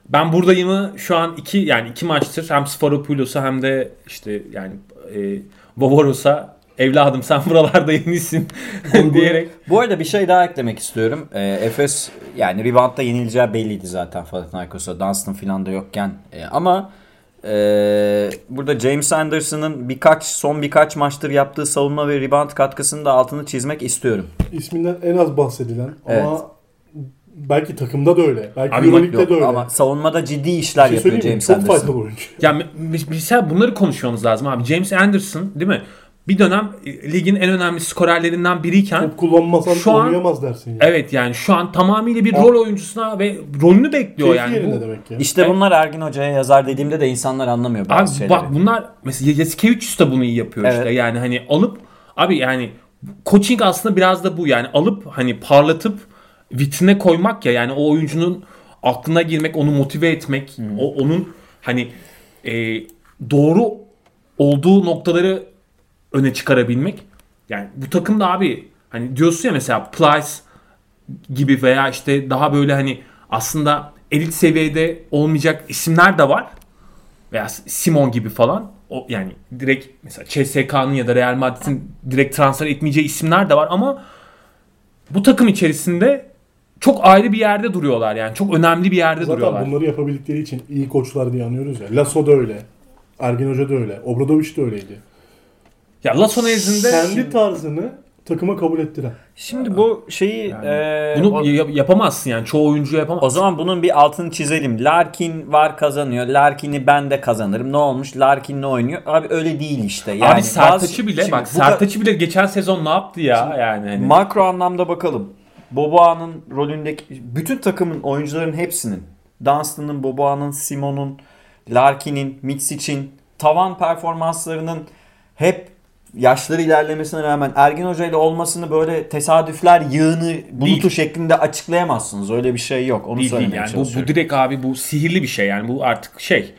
ben buradayımı şu an iki yani iki maçtır hem Sfaropoulos'a hem de işte yani e, Vovoros'a evladım sen buralarda yenisin diyerek
Bu arada bir şey daha eklemek istiyorum. Ee, Efes yani reboundda yenileceği belliydi zaten Panathinaikos'a. Dunstan filan da yokken. Ee, ama ee, burada James Anderson'ın birkaç son birkaç maçtır yaptığı savunma ve rebound katkısının da altını çizmek istiyorum.
İsminden en az bahsedilen
Evet.
ama Belki takımda da öyle. Belki
Abi
Euroleague'de
Yok,
de öyle.
ama savunmada ciddi işler
Bir şey
yapıyor
söyleyeyim mi?
James
Çok faydalı
Anderson.
oyuncu.
Ya me- me- mesela bunları konuşmamız lazım abi. James Anderson değil mi? Bir dönem e, ligin en önemli skorerlerinden biriyken
Top kullanmasan
Şu an-
oynayamaz dersin yani.
evet yani şu an tamamıyla bir rol oyuncusuna ve rolünü bekliyor
Keyfi
yani.
yerinde
Bu-
demek ki.
İşte bunlar Ergin Hoca'ya yazar dediğimde de insanlar anlamıyor
Abi
bazı şeyleri.
bak bunlar mesela Yasikevicius da bunu iyi yapıyor işte.
Evet.
Yani hani alıp abi yani coaching aslında biraz da bu yani alıp hani parlatıp vitrine koymak ya yani o oyuncunun aklına girmek, onu motive etmek, o onun hani e, doğru olduğu noktaları öne çıkarabilmek. Yani bu takımda abi hani diyorsun ya mesela Plyce gibi veya işte daha böyle hani aslında elit seviyede olmayacak isimler de var veya Simon gibi falan o yani direkt mesela CSK'nın ya da Real Madrid'in direkt transfer etmeyeceği isimler de var ama bu takım içerisinde çok ayrı bir yerde duruyorlar yani çok önemli bir yerde
Zaten
duruyorlar.
bunları yapabildikleri için iyi koçlar diye anıyoruz ya. Lasso da öyle. Ergin Hoca da öyle. Obradoviç de öyleydi.
Ya Lasso nezdinde
Kendi tarzını takıma kabul ettiren.
Şimdi bu şeyi e,
bunu
o-
ya- yapamazsın yani çoğu oyuncu yapamaz.
O zaman bunun bir altını çizelim. Larkin var kazanıyor. Larkin'i ben de kazanırım. Ne olmuş? Larkin'le oynuyor. Abi öyle değil işte. Yani
Abi Sertaç'ı
bazı-
bile
Şimdi
bak
bu da-
Sertaç'ı bile geçen sezon ne yaptı ya yani. hani.
Makro anlamda bakalım. Boboa'nın rolündeki bütün takımın oyuncuların hepsinin Dunstan'ın, Boboa'nın, Simon'un, Larkin'in, Mitsic'in tavan performanslarının hep yaşları ilerlemesine rağmen Ergin Hoca ile olmasını böyle tesadüfler yığını bulutu
Değil.
şeklinde açıklayamazsınız. Öyle bir şey yok. Onu
Değil, değil
söylemeye
yani. Bu, bu
çalışıyorum.
direkt abi bu sihirli bir şey yani bu artık şey.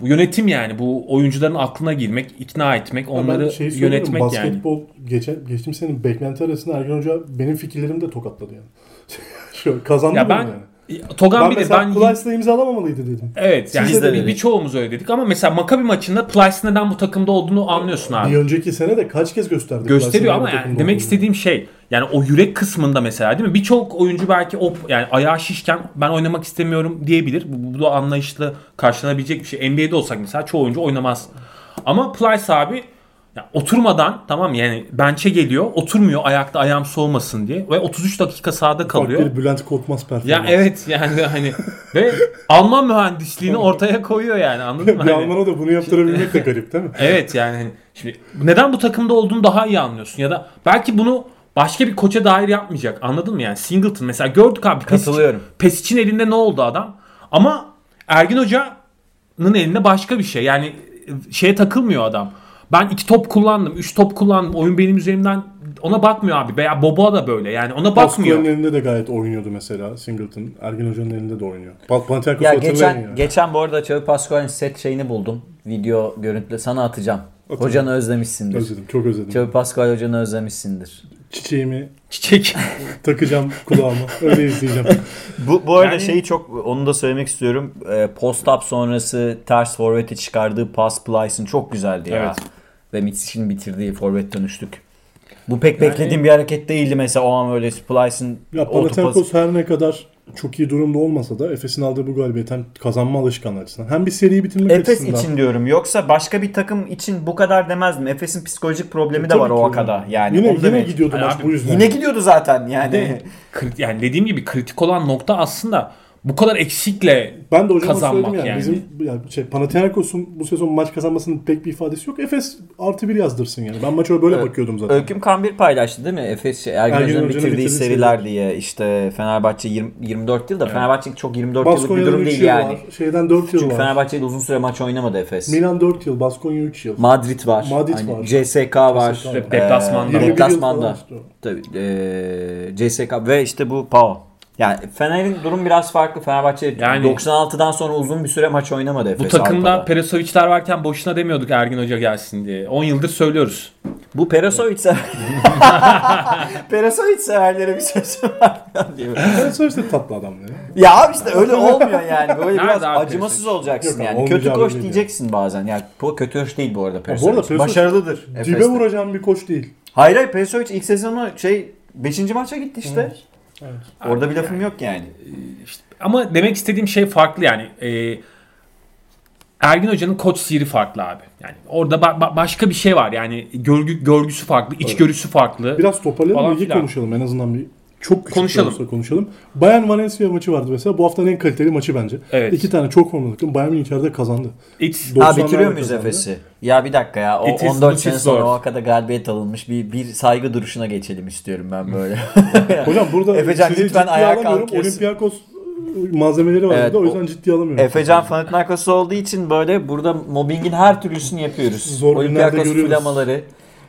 Bu yönetim yani bu oyuncuların aklına girmek, ikna etmek, onları
şey
şeyi söylüyorum,
yönetmek yani.
şey basketbol geçen, geçtiğim senin beklenti arasında Ergin Hoca benim fikirlerimi de tokatladı yani. Şu, kazandı
Ya
bunu
ben
yani.
Togan
Ben
bir de
mesela
ben
Kulaç'la imzalamamalıydı dedim.
evet yani
Siz de
bir-
dedik.
birçoğumuz öyle dedik ama mesela Maccabi maçında Plyce neden bu takımda olduğunu anlıyorsun abi.
Bir önceki sene de kaç kez gösterdi.
gösteriyor
Kulaç'ın
ama
bu
yani
takımda
demek
olduğunu.
istediğim şey yani o yürek kısmında mesela değil mi? Birçok oyuncu belki o yani ayağı şişken ben oynamak istemiyorum diyebilir. Bu, bu da anlayışlı karşılanabilecek bir şey. NBA'de olsak mesela çoğu oyuncu oynamaz. Ama Plyce abi ya oturmadan tamam mı? yani bench'e geliyor. Oturmuyor ayakta ayağım soğumasın diye ve 33 dakika sahada
Bak
kalıyor.
Bir Bülent Korkmaz
Ya
performansı.
evet yani hani ve Alman mühendisliğini ortaya koyuyor yani anladın mı?
Bir
Hani-
Alman'a da bunu yaptırabilmek de garip değil mi?
Evet yani hani şimdi neden bu takımda olduğunu daha iyi anlıyorsun ya da belki bunu başka bir koça dair yapmayacak anladın mı yani Singleton mesela gördük abi
Katılıyorum.
Pes için elinde ne oldu adam ama Ergin Hoca'nın elinde başka bir şey yani e, şeye takılmıyor adam ben iki top kullandım üç top kullandım oyun benim üzerimden ona bakmıyor abi veya Boba da böyle yani ona bakmıyor.
Baskoya'nın elinde de gayet oynuyordu mesela Singleton. Ergin Hoca'nın elinde de oynuyor. Pan Panathinaikos'u
Ya
hatırlayın
geçen
ya.
geçen bu arada Çavi Pascual'in set şeyini buldum. Video görüntülü sana atacağım. Hocanı özlemişsindir.
özledim, çok özledim.
Çavi Pascual hocanı özlemişsindir.
Çiçeğimi
Çiçek.
takacağım kulağıma. Öyle izleyeceğim.
Bu, bu arada
Yani-
şeyi çok onu da söylemek istiyorum. Ee, Post-up sonrası ters forvete çıkardığı pas Plyce'ın çok güzeldi ya.
Evet.
Ve Mitsic'in bitirdiği forvet dönüştük. Bu pek beklediğim bir hareket değildi mesela o an öyle Plyce'ın
Ya
otopası.
Panathinaikos her ne kadar çok iyi durumda olmasa da Efes'in aldığı bu galibiyet hem kazanma alışkanlığı açısından hem bir seriyi bitirmek
Efes
açısından.
için diyorum. Yoksa başka bir takım için bu kadar demezdim. Efes'in psikolojik problemi de
Tabii
var
ki.
o kadar. Yani
yine
onu
yine
demek.
gidiyordu
Hani
maç
abi,
bu yüzden.
Yine gidiyordu zaten yani.
Krit- yani dediğim gibi kritik olan nokta aslında bu kadar eksikle
ben de hocama
kazanmak
söyledim yani.
yani.
Bizim yani şey, Panathinaikos'un bu sezon maç kazanmasının pek bir ifadesi yok. Efes artı bir yazdırsın yani. Ben maça böyle bakıyordum zaten.
Öyküm Kambir paylaştı değil mi? Efes şey, Ergin,
Ergin
Hoca'nın
Hoca'nın
bitirdiği,
bitirdiği
seriler diye işte Fenerbahçe 20, 24 yıl da Fenerbahçe'nin çok 24 yıllık bir
Baskonya'nın
durum
3
değil
yılı
yani.
var. Şeyden 4 yıl
Çünkü
var.
Fenerbahçe'de uzun süre maç oynamadı Efes.
Milan 4 yıl, Baskonya 3 yıl.
Madrid var.
Madrid
Hani
var.
CSK var.
var.
Ee,
Deplasmanda.
21 yıl falan
Deplasmanda.
işte o.
Tabii. ee, CSK ve işte bu PAO. Yani Fener'in durum biraz farklı. Fenerbahçe
Yani-
96'dan sonra uzun bir süre maç oynamadı Efes
Bu takımda
Avrupa'da.
Peresovic'ler varken boşuna demiyorduk Ergin Hoca gelsin diye. 10 yıldır söylüyoruz.
Bu Perasovic sever. Perasovic severlere bir sözüm var. falan diyor.
Ben sonuçta tatlı adam ya.
ya abi işte öyle olmuyor yani. Böyle
Nerede
biraz
abi
acımasız
Perisic?
olacaksın
Yok abi,
yani.
olmayacağını
Kötü koç
biliyor.
diyeceksin bazen. Yani bu kötü koç değil bu arada
Bu
Perasovic.
arada Perisic
Başarılıdır.
Dibe
Efes'te.
vuracağım bir koç değil.
Hayır hayır Perisic ilk sezonu şey 5. maça gitti işte. Orada bir lafım yok yani.
Ama demek istediğim şey farklı yani. Ee, Ergin Hoca'nın koç sihiri farklı abi. Yani orada ba- ba- başka bir şey var. Yani görgü görgüsü farklı, içgörüsü farklı.
Biraz toparlayalım
Falan
ligi
filan.
konuşalım en azından bir Çok küçük
Konuşalım.
konuşalım. konuşalım. Bayern Valencia maçı vardı mesela. Bu haftanın en kaliteli maçı bence.
Evet.
İki tane çok formalı takım Bayern Münih içeride kazandı.
It's,
Do-
Ha
90'lar
bitiriyor muyuz
kazandı.
Efes'i? Ya bir dakika ya. O
It is-
14
it
sene
is
sonra
zor.
o kadar galibiyet alınmış. Bir, bir saygı duruşuna geçelim istiyorum ben böyle.
Hocam burada
Efecan
sizi
lütfen
ciddiye
ayağa
alamıyorum.
kalkıyorsun.
Olympiakos e, malzemeleri var
Evet,
burada. O
o-
yüzden ciddiye alamıyorum.
Efecan Fanatnakos olduğu için böyle burada mobbingin her türlüsünü yapıyoruz.
Zor günlerde
Olympiakos
görüyoruz.
flamaları.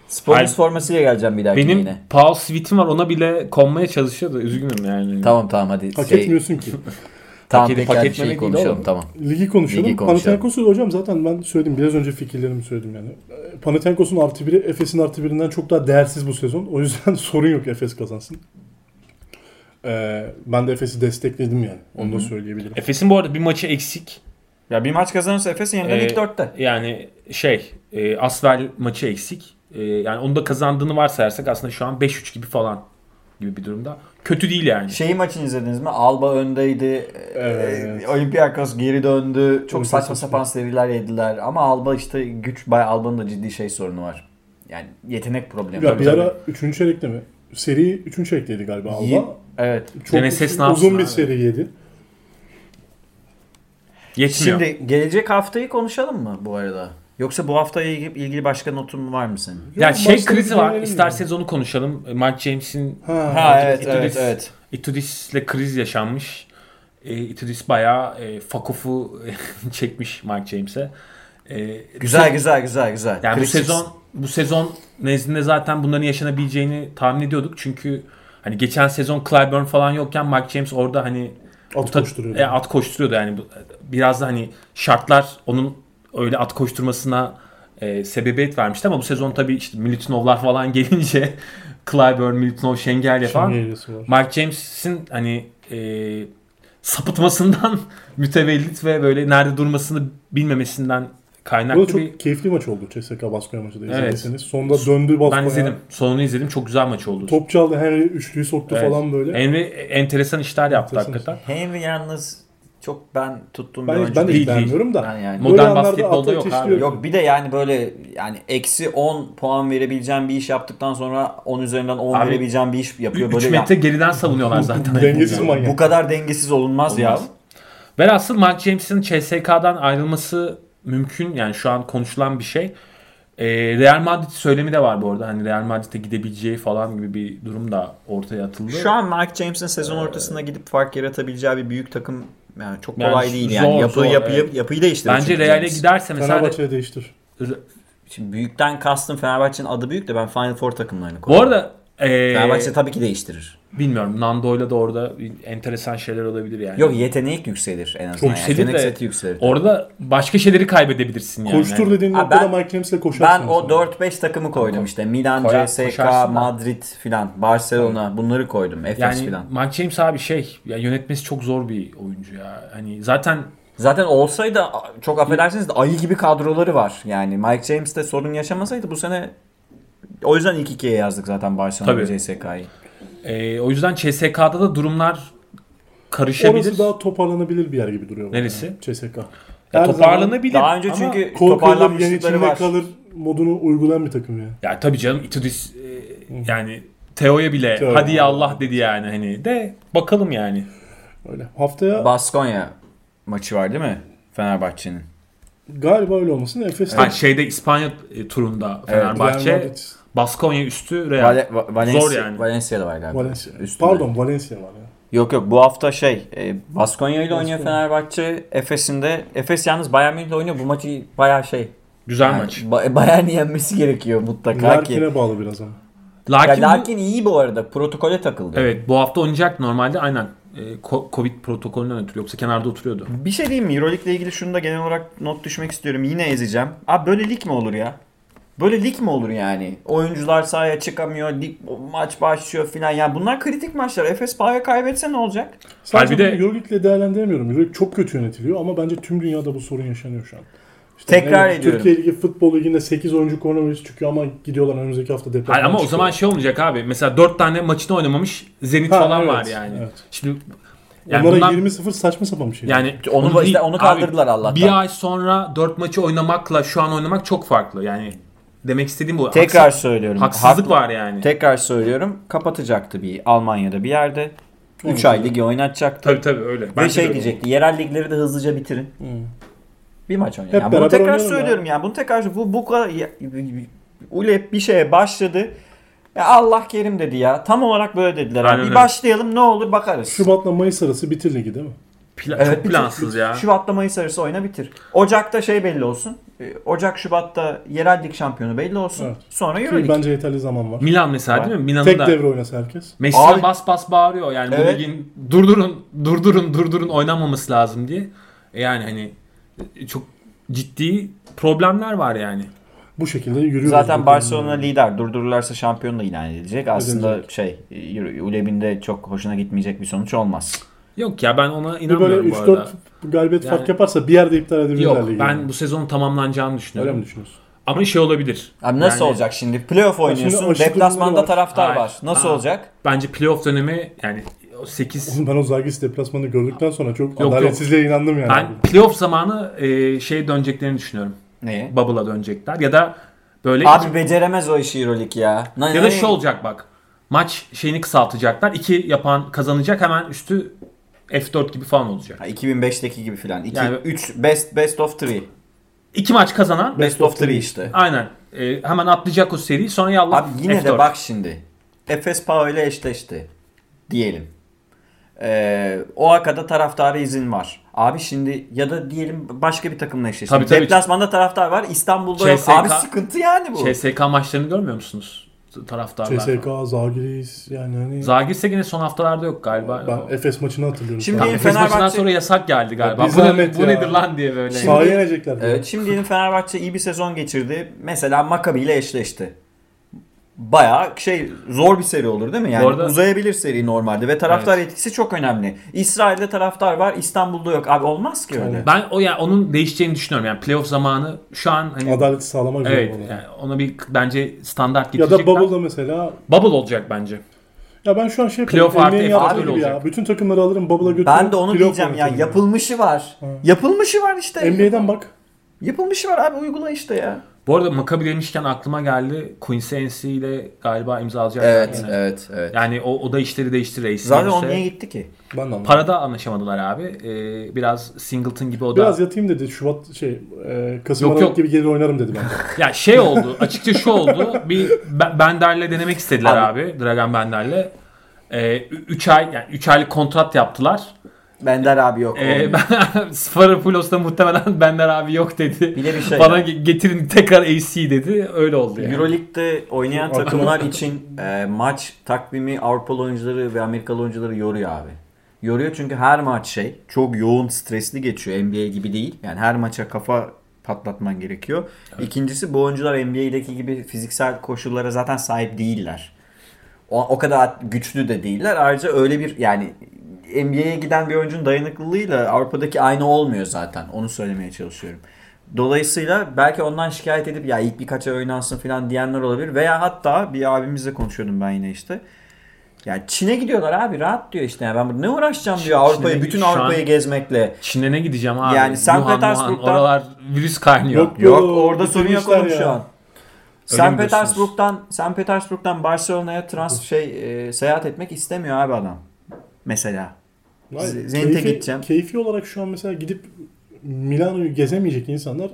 Sporus
Hayır.
formasıyla geleceğim bir dahaki
benim
yine.
Paul Sweet'im var ona bile konmaya çalışıyor da üzgünüm yani.
Tamam tamam hadi.
Hak
şey-
etmiyorsun ki.
Tamam
Hak edip
peki
hak
hadi şeyi
etmemek değil
konuşalım
oğlum.
tamam.
Ligi konuşalım.
Ligi konuşalım.
Panathinaikos'u hocam zaten ben söyledim. Biraz önce fikirlerimi söyledim yani. E, Panathinaikos'un artı biri Efes'in artı birinden çok daha değersiz bu sezon. O yüzden sorun yok Efes kazansın. E, ben de Efes'i destekledim yani. Onu da söyleyebilirim.
E,
Efes'in bu arada bir maçı eksik.
Ya bir maç kazanırsa Efes'in
Ee, Yani şey e, Asvel maçı eksik. E, yani onu da kazandığını varsayarsak aslında şu an 5-3 gibi falan gibi bir durumda. Kötü değil yani.
Şeyi maçını izlediniz mi? Alba öndeydi.
Evet.
Ee, Olympiakos geri döndü. Çok
Olympiakos
saçma
maçı.
sapan seriler yediler. Ama Alba işte güç bay Alba'nın da ciddi şey sorunu var. Yani yetenek problemi.
Ya
Tabii,
bir
tabii.
ara 3. çeyrekte mi? Seri 3. çeyrekteydi galiba
Yi-
Alba.
Evet.
Çok
Deneses ne yapsın
uzun bir
abi?
seri yedi.
Yetmiyor.
Şimdi gelecek haftayı konuşalım mı bu arada? Yoksa bu haftaya ilgili, ilgili başka notun var mı senin?
ya
Yok,
şey
maçları
krizi
bir
var.
deneyelim
İsterseniz onu konuşalım. E, Mike James'in
Ha.
Ha evet
İtudis-
evet evet.
Itudis'le kriz yaşanmış. E, Itudis bayağı e, fakofu çekmiş Mike James'e. E,
Güzel güzel güzel güzel.
Yani
Kritik.
bu sezon bu sezon nezdinde zaten bunların yaşanabileceğini tahmin ediyorduk. Çünkü hani geçen sezon Clyburn falan yokken Mike James orada hani
At
ta-
koşturuyordu.
e, at koşturuyordu yani Bu- biraz da hani şartlar onun öyle at koşturmasına e, sebebiyet vermişti ama bu sezon tabii işte Milutinovlar falan gelince Clyburn, Milutinov, Şengelya falan
Şengi hediyesi var.
Mark James'in hani e, sapıtmasından mütevellit ve böyle nerede durmasını bilmemesinden
Bu da
kaynaklı
çok
bir
keyifli maç oldu CSK Baskonya maçı da
Evet.
izlediyseniz. Sonunda döndü Baskonya.
ben izledim. Sonunu izledim. Çok güzel maç oldu.
Top çaldı Henry üçlüyü soktu
Evet.
falan böyle.
Henry enteresan işler yaptı
Enteresan
hakikaten.
Henry yalnız çok ben tuttuğum bir
Ben,
oyuncu
ben de
değil.
değil,
ilgilenmiyorum da.
Ben yani.
Böyle
Modern
anlarda
basketbolda
atı
yok abi.
ateşliyor.
Yok bir de yani böyle yani eksi 10 puan verebileceğim bir iş yaptıktan sonra 10 üzerinden 10
Abi,
verebileceğim bir iş yapıyor.
3
Böyle ya-
metre geriden savunuyorlar zaten.
Dengesiz
Yani.
manyak.
bu kadar dengesiz olunmaz, ya.
Olmaz. Velhasıl Mark James'in CSK'dan ayrılması mümkün. Yani şu an konuşulan bir şey. Ee, Real Madrid söylemi de var bu arada. Hani Real Madrid'e gidebileceği falan gibi bir durum da ortaya atıldı.
Şu an Mark James'in sezon ortasına gidip fark yaratabileceği bir büyük takım yani çok
Yani
kolay değil yani.
zor,
yapı,
zor,
yapı,
evet.
yapıyı değiştirir.
Bence
çünkü
Real'e
James.
giderse mesela
Fenerbahçe'ye değiştir.
Şimdi büyükten kastım Fenerbahçe'nin adı büyük de ben Final Four takımlarını
bu
koyuyorum.
arada ee,
Fenerbahçe tabii ki değiştirir.
bilmiyorum Nando'yla da orada enteresan şeyler olabilir yani.
Yok yetenek yükselir en azından. yani.
yükselir
Yetenek
de-
seti yükselir.
Orada başka şeyleri kaybedebilirsin yani.
Koştur dediğin
Ha,
noktada
ben-
Mike James'le koşarsın.
Ben o
mesela.
4-5 takımı koydum işte. Milan,
Koyar-
CSK,
koşarsın da.
Madrid filan, Barcelona bunları koydum. Efes
Yani
filan.
Mike James abi şey ya yönetmesi çok zor bir oyuncu ya. Hani zaten
Zaten olsaydı a- çok affedersiniz de ayı gibi kadroları var. Yani Mike James de sorun yaşamasaydı bu sene o yüzden ilk ikiye yazdık zaten Barcelona
Tabii.
ve CSK'yı.
e, o yüzden CSK'da da durumlar karışabilir.
Orası daha toparlanabilir bir yer gibi duruyor. bana
Neresi?
yani, CSK.
Ya
Her
toparlanabilir.
Daha önce
ama-
çünkü
zaman kol kırılır yen
toparlanmışlıkları
içinde
var.
kalır modunu uygulayan bir takım ya.
ya tabii canım Itudis e, yani Teo'ya bile
Teo.
hadi ya Allah dedi yani hani de bakalım yani.
Öyle. Haftaya
Baskonya maçı var değil mi? Fenerbahçe'nin.
galiba öyle olmasın. Efes'te
şey-
Ha, şeyde İspanya e, turunda Fenerbahçe
Real Madrid,
Baskonya üstü Real.
Vale, Va- Valencia,
Zor yani.
Valencia'da var galiba.
Valencia.
Üstünde.
Pardon Valencia var ya.
Yok yok bu hafta şey e, Baskonya ile oynuyor
Baskonya.
Fenerbahçe. Efes'in de Efes yalnız Bayern Münih ile oynuyor. Bu maçı bayağı şey.
Güzel
Yani,
maç.
ba- Bayern'i yenmesi gerekiyor mutlaka ki.
Larkin'e bağlı biraz ama.
Lakin,
Ya
bu-
Larkin iyi bu arada. Protokole takıldı.
evet bu hafta oynayacak normalde aynen. E, ko- Covid protokolünden ötürü yoksa kenarda oturuyordu.
Bir şey diyeyim mi? Euroleague'le ilgili şunu da genel olarak not düşmek istiyorum. Yine ezeceğim. Abi böyle lig mi olur ya? Böyle lig mi olur yani? Oyuncular sahaya çıkamıyor, lig maç başlıyor filan. Yani bunlar kritik maçlar. Efes Paya kaybetse ne olacak?
Sadece
Halbuki de-
bunu Euroleague'le değerlendiremiyorum. Euroleague çok kötü yönetiliyor ama bence tüm dünyada bu sorun yaşanıyor şu an. İşte
Tekrar
ne bileyim,
ediyorum.
Türkiye Ligi Futbol Ligi'nde 8 oyuncu koronavirüs çıkıyor ama gidiyorlar önümüzdeki hafta deprem.
Hayır ama o zaman şey olmayacak abi. Mesela 4 tane maçını oynamamış Zenit
Ha,
falan
evet,
var yani.
evet.
Şimdi yani
Onlara
bundan-
20-0 saçma sapan bir şey.
yani
Onu ba- işte onu kaldırdılar
abi,
Allah'tan.
Bir ay sonra 4 maçı oynamakla şu an oynamak çok farklı. Yani Demek istediğim bu.
Tekrar
Haksız-
söylüyorum.
Haksızlık
Haklı-
var yani.
Tekrar söylüyorum. Kapatacaktı bir Almanya'da bir yerde. 3
Evet.
ay ligi oynatacaktı.
Tabii tabii öyle.
Ve
Bence de
şey
öyle.
diyecekti. Yerel ligleri de hızlıca bitirin.
Hmm.
Bir maç oynayın.
Hep
Yani bunu
beraber
tekrar
oynayalım
söylüyorum ya. Bunu tekrar bu bu kadar ya- Ulep bir şeye başladı. Ya Allah kerim dedi ya. Tam olarak böyle dediler. abi.
Aynen
bir
öyle.
başlayalım ne olur bakarız.
Şubat'la Mayıs arası bitir ligi değil mi?
Pla-
Evet,
çok
bitir.
plansız ya.
Şubat'ta Mayıs arası oyna bitir. Ocak'ta şey belli olsun. Ee, Ocak Şubat'ta yerel lig şampiyonu belli olsun.
Evet.
Sonra
Ki
Euroleague.
Bence yeterli zaman var.
Milan mesela değil mi? Milan'ın
Tek
da
devre oynasa herkes.
Messi'den
Abi-
bas bas bağırıyor yani
Evet.
bu ligin durdurun durdurun durdurun oynanmaması lazım diye. E Yani hani e, çok ciddi problemler var yani.
Bu şekilde yürüyoruz.
Zaten
bu
Barcelona
konuda.
lider. Durdururlarsa şampiyon da ilan edilecek. Aslında
Edilecek.
şey Euro- Uleb'in de çok hoşuna gitmeyecek bir sonuç olmaz.
Yok ya ben ona
Bir böyle
inanmıyorum bu arada.
3-4 galibiyet
Yani-
fark yaparsa bir yerde iptal edebilirler
Yok
ligi.
ben bu sezon tamamlanacağını
Öyle
düşünüyorum.
mi düşünüyorsun?
Ama şey olabilir.
Abi nasıl
Yani
olacak şimdi? Playoff oynuyorsun.
aşı durumları
Deplasmanda
var.
taraftar
Hayır.
var. Nasıl
Aa.
olacak?
Bence playoff dönemi yani 8
Ben o Zagis deplasmanı gördükten sonra çok
yok.
adaletsizliğe inandım yani.
ben playoff zamanı e, şey döneceklerini düşünüyorum.
Neye?
Bubble'a dönecekler ya da böyle
Abi beceremez o işi Euroleague ya. Ne-
Ya da
ne-
şu olacak bak. Maç şeyini kısaltacaklar. İki yapan kazanacak hemen üstü F4 gibi falan olacak.
Ha, 2005'teki gibi filan. 2
Yani-
3 best best of 3. Best,
İki maç kazanan
of 3 işte.
aynen e, hemen atlayacak o seriyi sonra yallah
Abi yine
F4.
de bak şimdi. Efes Pau ile eşleşti. Diyelim. Ee, o hakada taraftara izin var. Abi şimdi ya da diyelim başka bir takımla eşleşti.
Tabii, tabii.
Deplasmanda taraftar var. İstanbul'da yok.
CSK
Abi sıkıntı yani bu.
CSK maçlarını görmüyor musunuz? Taraftarlar.
CSK, Zagiris yani hani
Zagirse yine son haftalarda yok galiba.
ben Efes maçını hatırlıyorum.
Şimdi-
Tamam,
sadece.
Değil,
Efes maçından
Fenerbahçe-
sonra yasak geldi galiba.
bir
Bu, ne,
zahmet
bu
ya.
nedir lan diye böyle.
Şimdi-
Sahaya inecekler. diye.
Evet, şimdi yeni Fenerbahçe iyi bir sezon geçirdi. Mesela Maccabi ile eşleşti. Bayağı şey zor bir seri olur değil mi? Yani
Bu arada-
uzayabilir seri normalde ve taraftar etkisi çok önemli. İsrail'de taraftar var, İstanbul'da yok. Abi olmaz ki öyle.
Ben o ya onun değişeceğini düşünüyorum. Yani playoff zamanı şu an hani
Adaleti sağlamak zorunda
evet
olan.
yani ona bir bence standart
Ya da
getirecekler.
Bubble'da mesela
Bubble olacak bence.
ya ben şu an şey
Playoff
yaparım,
artı
NBA'nin
F4
yaptığı
öyle
gibi ya.
olacak.
Bütün takımları alırım Bubble'a götürürüm.
Ben de onu
playoff
diyeceğim ya.
oynatırım.
Yapılmışı var. Yapılmışı var işte.
NBA'den bak.
Yapılmışı var abi uygula işte ya.
Bu arada Maccabi demişken aklıma geldi. Quincy Ensi ile galiba imzalayacak. yani.
evet, evet.
Yani o, o da işleri değiştirir. AC
Zaten o
olursa.
niye gitti ki?
Ben de anlamadım.
Parada anlaşamadılar abi. Ee, biraz Singleton gibi o da.
Biraz yatayım dedi. Şubat şey e, Kasım
Yok,
Aralık
yok.
gibi gelir oynarım dedi ben.
Ya şey oldu. Açıkça şu oldu. Bir Be- Bender'le denemek istediler
Abi.
abi. Dragan Bender'le. 3 ay yani 3 aylık kontrat yaptılar.
Bender abi yok.
Ee,
olmuyor.
ben Sfarapulos da muhtemelen Bender abi yok dedi.
Bir de bir şey
Bana
ya.
ge- getirin tekrar AC dedi. Öyle oldu yani.
Euroleague'de oynayan
Aklıma-
takımlar için e, maç takvimi Avrupalı oyuncuları ve Amerikalı oyuncuları yoruyor abi. Yoruyor çünkü her maç şey çok yoğun stresli geçiyor NBA gibi değil. Yani her maça kafa patlatman gerekiyor. İkincisi bu oyuncular NBA'deki gibi fiziksel koşullara zaten sahip değiller. O, o kadar güçlü de değiller. Ayrıca öyle bir yani NBA'ye giden bir oyuncunun dayanıklılığıyla Avrupa'daki aynı olmuyor zaten. Onu söylemeye çalışıyorum. Dolayısıyla belki ondan şikayet edip ya ilk birkaç ay oynansın falan diyenler olabilir. Veya hatta bir abimizle konuşuyordum ben yine işte. Ya Çin'e gidiyorlar abi rahat diyor işte. Ya ben bu- ne uğraşacağım diyor Avrupa'yı
Çin'e
bütün
şu an-
Avrupa'yı gezmekle.
Çin'e ne gideceğim abi?
Yani Sankt
Wuhan, Wuhan,
Petersburg'dan-
Oralar virüs kaynıyor.
Yok.
Yok orada
bitirmişler
sorun yok oğlum
ya.
şu an.
Öyle
Sen
mi diyorsunuz?
Petersburg'dan Sen Petersburg'dan Barcelona'ya trans şey e, seyahat etmek istemiyor abi adam. Mesela.
Vay,
Z- Zenit'e
keyfi-
gideceğim.
Keyfi olarak şu an mesela gidip Milano'yu gezemeyecek insanlar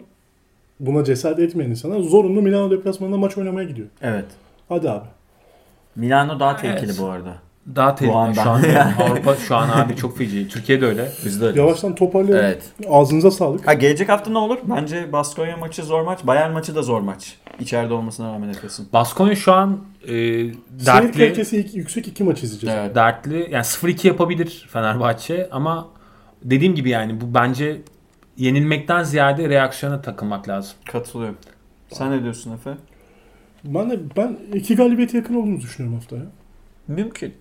buna cesaret etmeyen insanlar zorunlu Milano deplasmanında maç oynamaya gidiyor.
Evet.
Hadi abi.
Milano daha tehlikeli
Evet.
bu arada.
Daha tehlikeli şu an.
Wuhan'dan.
Avrupa şu an abi çok feci. Türkiye'de öyle.
Bizde öyle.
Yavaştan toparlayalım.
Evet.
Ağzınıza sağlık.
Ha gelecek hafta ne olur? Bence Baskonya maçı zor maç. Bayern maçı da zor maç. İçeride olmasına rağmen Efes'in.
Baskonya şu an e,
Seyir
dertli.
kalitesi ilk- yüksek iki maç izleyeceğiz.
Evet.
Dertli. Yani 0-2 yapabilir Fenerbahçe ama dediğim gibi yani bu bence yenilmekten ziyade reaksiyona takılmak lazım.
Katılıyorum. Sen ne diyorsun Efe?
Ben de ben iki galibiyete yakın olduğunu düşünüyorum haftaya.
Mümkün.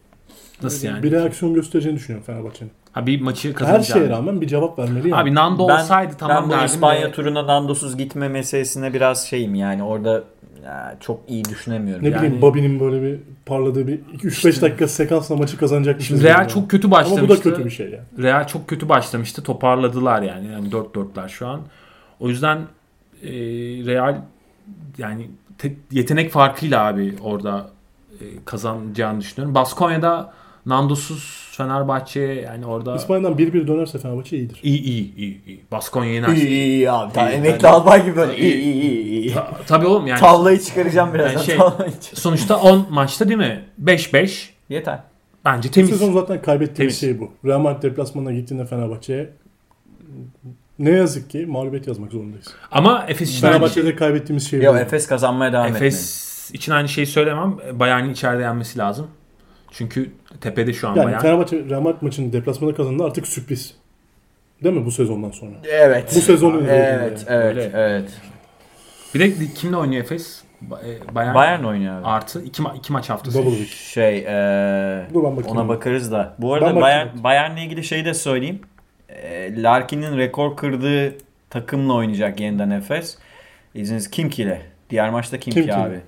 Nasıl yani?
Bir reaksiyon göstereceğini düşünüyorum Fenerbahçe'nin.
Ha, bir maçı
Her
kazanacağını.
şey
şeye rağmen bir cevap vermeli yani.
Abi Nando olsaydı tamam
ben bu
derdim.
İspanya
de.
turuna Nandosuz gitme meselesine biraz şeyim yani orada ya, çok iyi düşünemiyorum.
ne
yani.
bileyim Bobby'nin böyle bir parladığı bir 2-3-5 dakika sekansla maçı kazanacakmış.
Şimdi Real çok kötü başlamıştı.
Ama bu da kötü bir şey yani.
Real çok kötü başlamıştı. Toparladılar yani. Yani 4-4'ler şu an. O yüzden e, Real yani te- yetenek farkıyla abi orada e, kazanacağını düşünüyorum. Baskonya'da Nandosuz Fenerbahçe yani orada
İspanya'dan 1-1 dönerse Fenerbahçe iyidir.
iyi iyi iyi iyi. Baskonya yener.
İyi iyi iyi abi. Tamam,
İyi,
emekli
ben-
albay gibi böyle. İyi
İyi.
iyi iyi. iyi.
Ta- Tabii oğlum yani
Tavlayı çıkaracağım birazdan.
şey-
tavlayı çık-
sonuçta 10 maçta değil mi? 5-5
Yeter.
bence
Bu
temiz.
sezon zaten kaybettiğimiz
Temiz.
şey bu. Real Madrid deplasmanına gittiğinde Fenerbahçe'ye ne yazık ki mağlubiyet yazmak zorundayız.
Ama Efes için aynı şey-
Fenerbahçe'de kaybettiğimiz şey bu.
Ya Efes kazanmaya devam etmeli.
Efes için aynı şeyi söylemem. Bayern'in içeride yenmesi lazım. Çünkü tepede şu an
Yani
Bayern.
Fenerbahçe Real Madrid maçını deplasmanda kazandı artık sürpriz. Değil mi bu sezondan sonra?
Evet.
Bu sezonun
Evet, evet,
Öyle.
evet.
Bir de kimle oynuyor Efes? Ba- e, Bayern,
Bayern oynuyor abi.
artı iki, ma- iki maç haftası.
Double week.
Şey, eee
Dur ben bakayım.
ona bakarız da. Bu arada
Ben bakayım.
Bayern, Bayern'le ilgili şeyi de söyleyeyim. Eee, Larkin'in rekor kırdığı takımla oynayacak yeniden Efes. İzniniz Kimki ile. Diğer maçta Kimki,
Kimki'yle.
abi.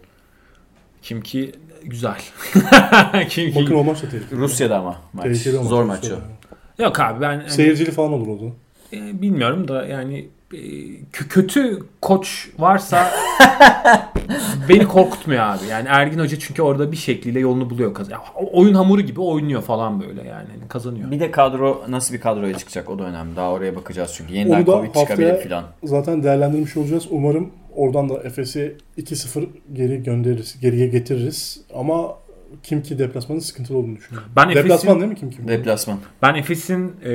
Kim ki güzel. Kim ki-
Bakın o maç da tehlikeli.
Rusya'da ama maç.
Tehlikeli şey. o maç.
Zor maç o.
Yok abi ben hani,
Seyircili falan olur o zaman.
e, bilmiyorum da yani e, kö- kötü koç varsa beni korkutmuyor abi. Yani Ergin Hoca çünkü orada bir şekliyle yolunu buluyor. Kaz- ya, o- oyun hamuru gibi oynuyor falan böyle yani. Hani kazanıyor.
Bir de kadro nasıl bir kadroya çıkacak o da önemli. Daha oraya bakacağız çünkü yeniden
Onu da
Covid çıkabilir
haftaya-
filan.
Zaten değerlendirmiş olacağız. Umarım oradan da Efes'i 2-0 geri göndeririz, geriye getiririz. Ama kim ki deplasmanın sıkıntılı olduğunu düşünüyorum.
Ben Efes'in-
Deplasman değil mi kim ki?
Deplasman.
Ben Efes'in e,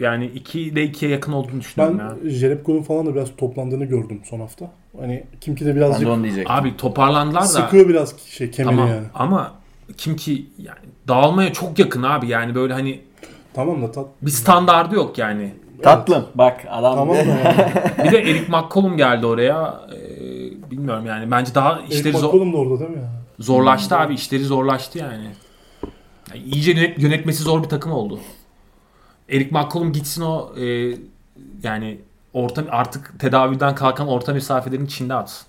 yani 2 ile 2'ye yakın olduğunu düşünüyorum
Ben
ya.
Jerebko'nun falan da biraz toplandığını gördüm son hafta. Hani kim ki de
Ben
birazcık
de onu diyecektim.
Abi toparlandılar da.
sıkıyor biraz şey kemeri
Tamam
yani.
ama kim ki yani dağılmaya çok yakın abi yani böyle hani
Tamam da tat,
bir standardı yok yani.
Tatlım. Bak adam
tamam da yani.
Bir de Erik McCollum geldi oraya. Ee, bilmiyorum yani bence daha işleri
Erik
zor-
McCollum da orada değil mi ya?
zorlaştı abi işleri zorlaştı yani. yani iyice yönet- yönetmesi zor bir takım oldu. Erik McCollum gitsin o e, yani orta artık tedavülden kalkan orta mesafelerin içinde atsın.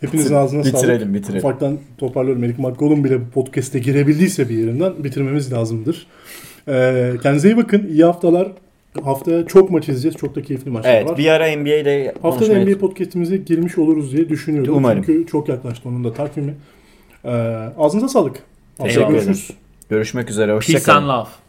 Hepinizin ağzına sağlık.
Bitirelim, bitirelim.
Ufaktan toparlıyorum. Erik McCollum bile bu podcast'e girebildiyse bir yerinden bitirmemiz lazımdır. Ee, kendinize iyi bakın. İyi haftalar. Haftaya çok maç izleyeceğiz. Çok da keyifli maçlar
Evet
var.
bir ara NBA'de
Haftada
konuşmayı
NBA podcast'imize girmiş oluruz diye düşünüyorum.
Umarım.
Çünkü çok yaklaştı onun da takvimi. Ee, ağzınıza sağlık. Haftaya
Eyvallah.
görüşürüz.
Görüşmek üzere.
Peace and
Hoşçakalın.
love.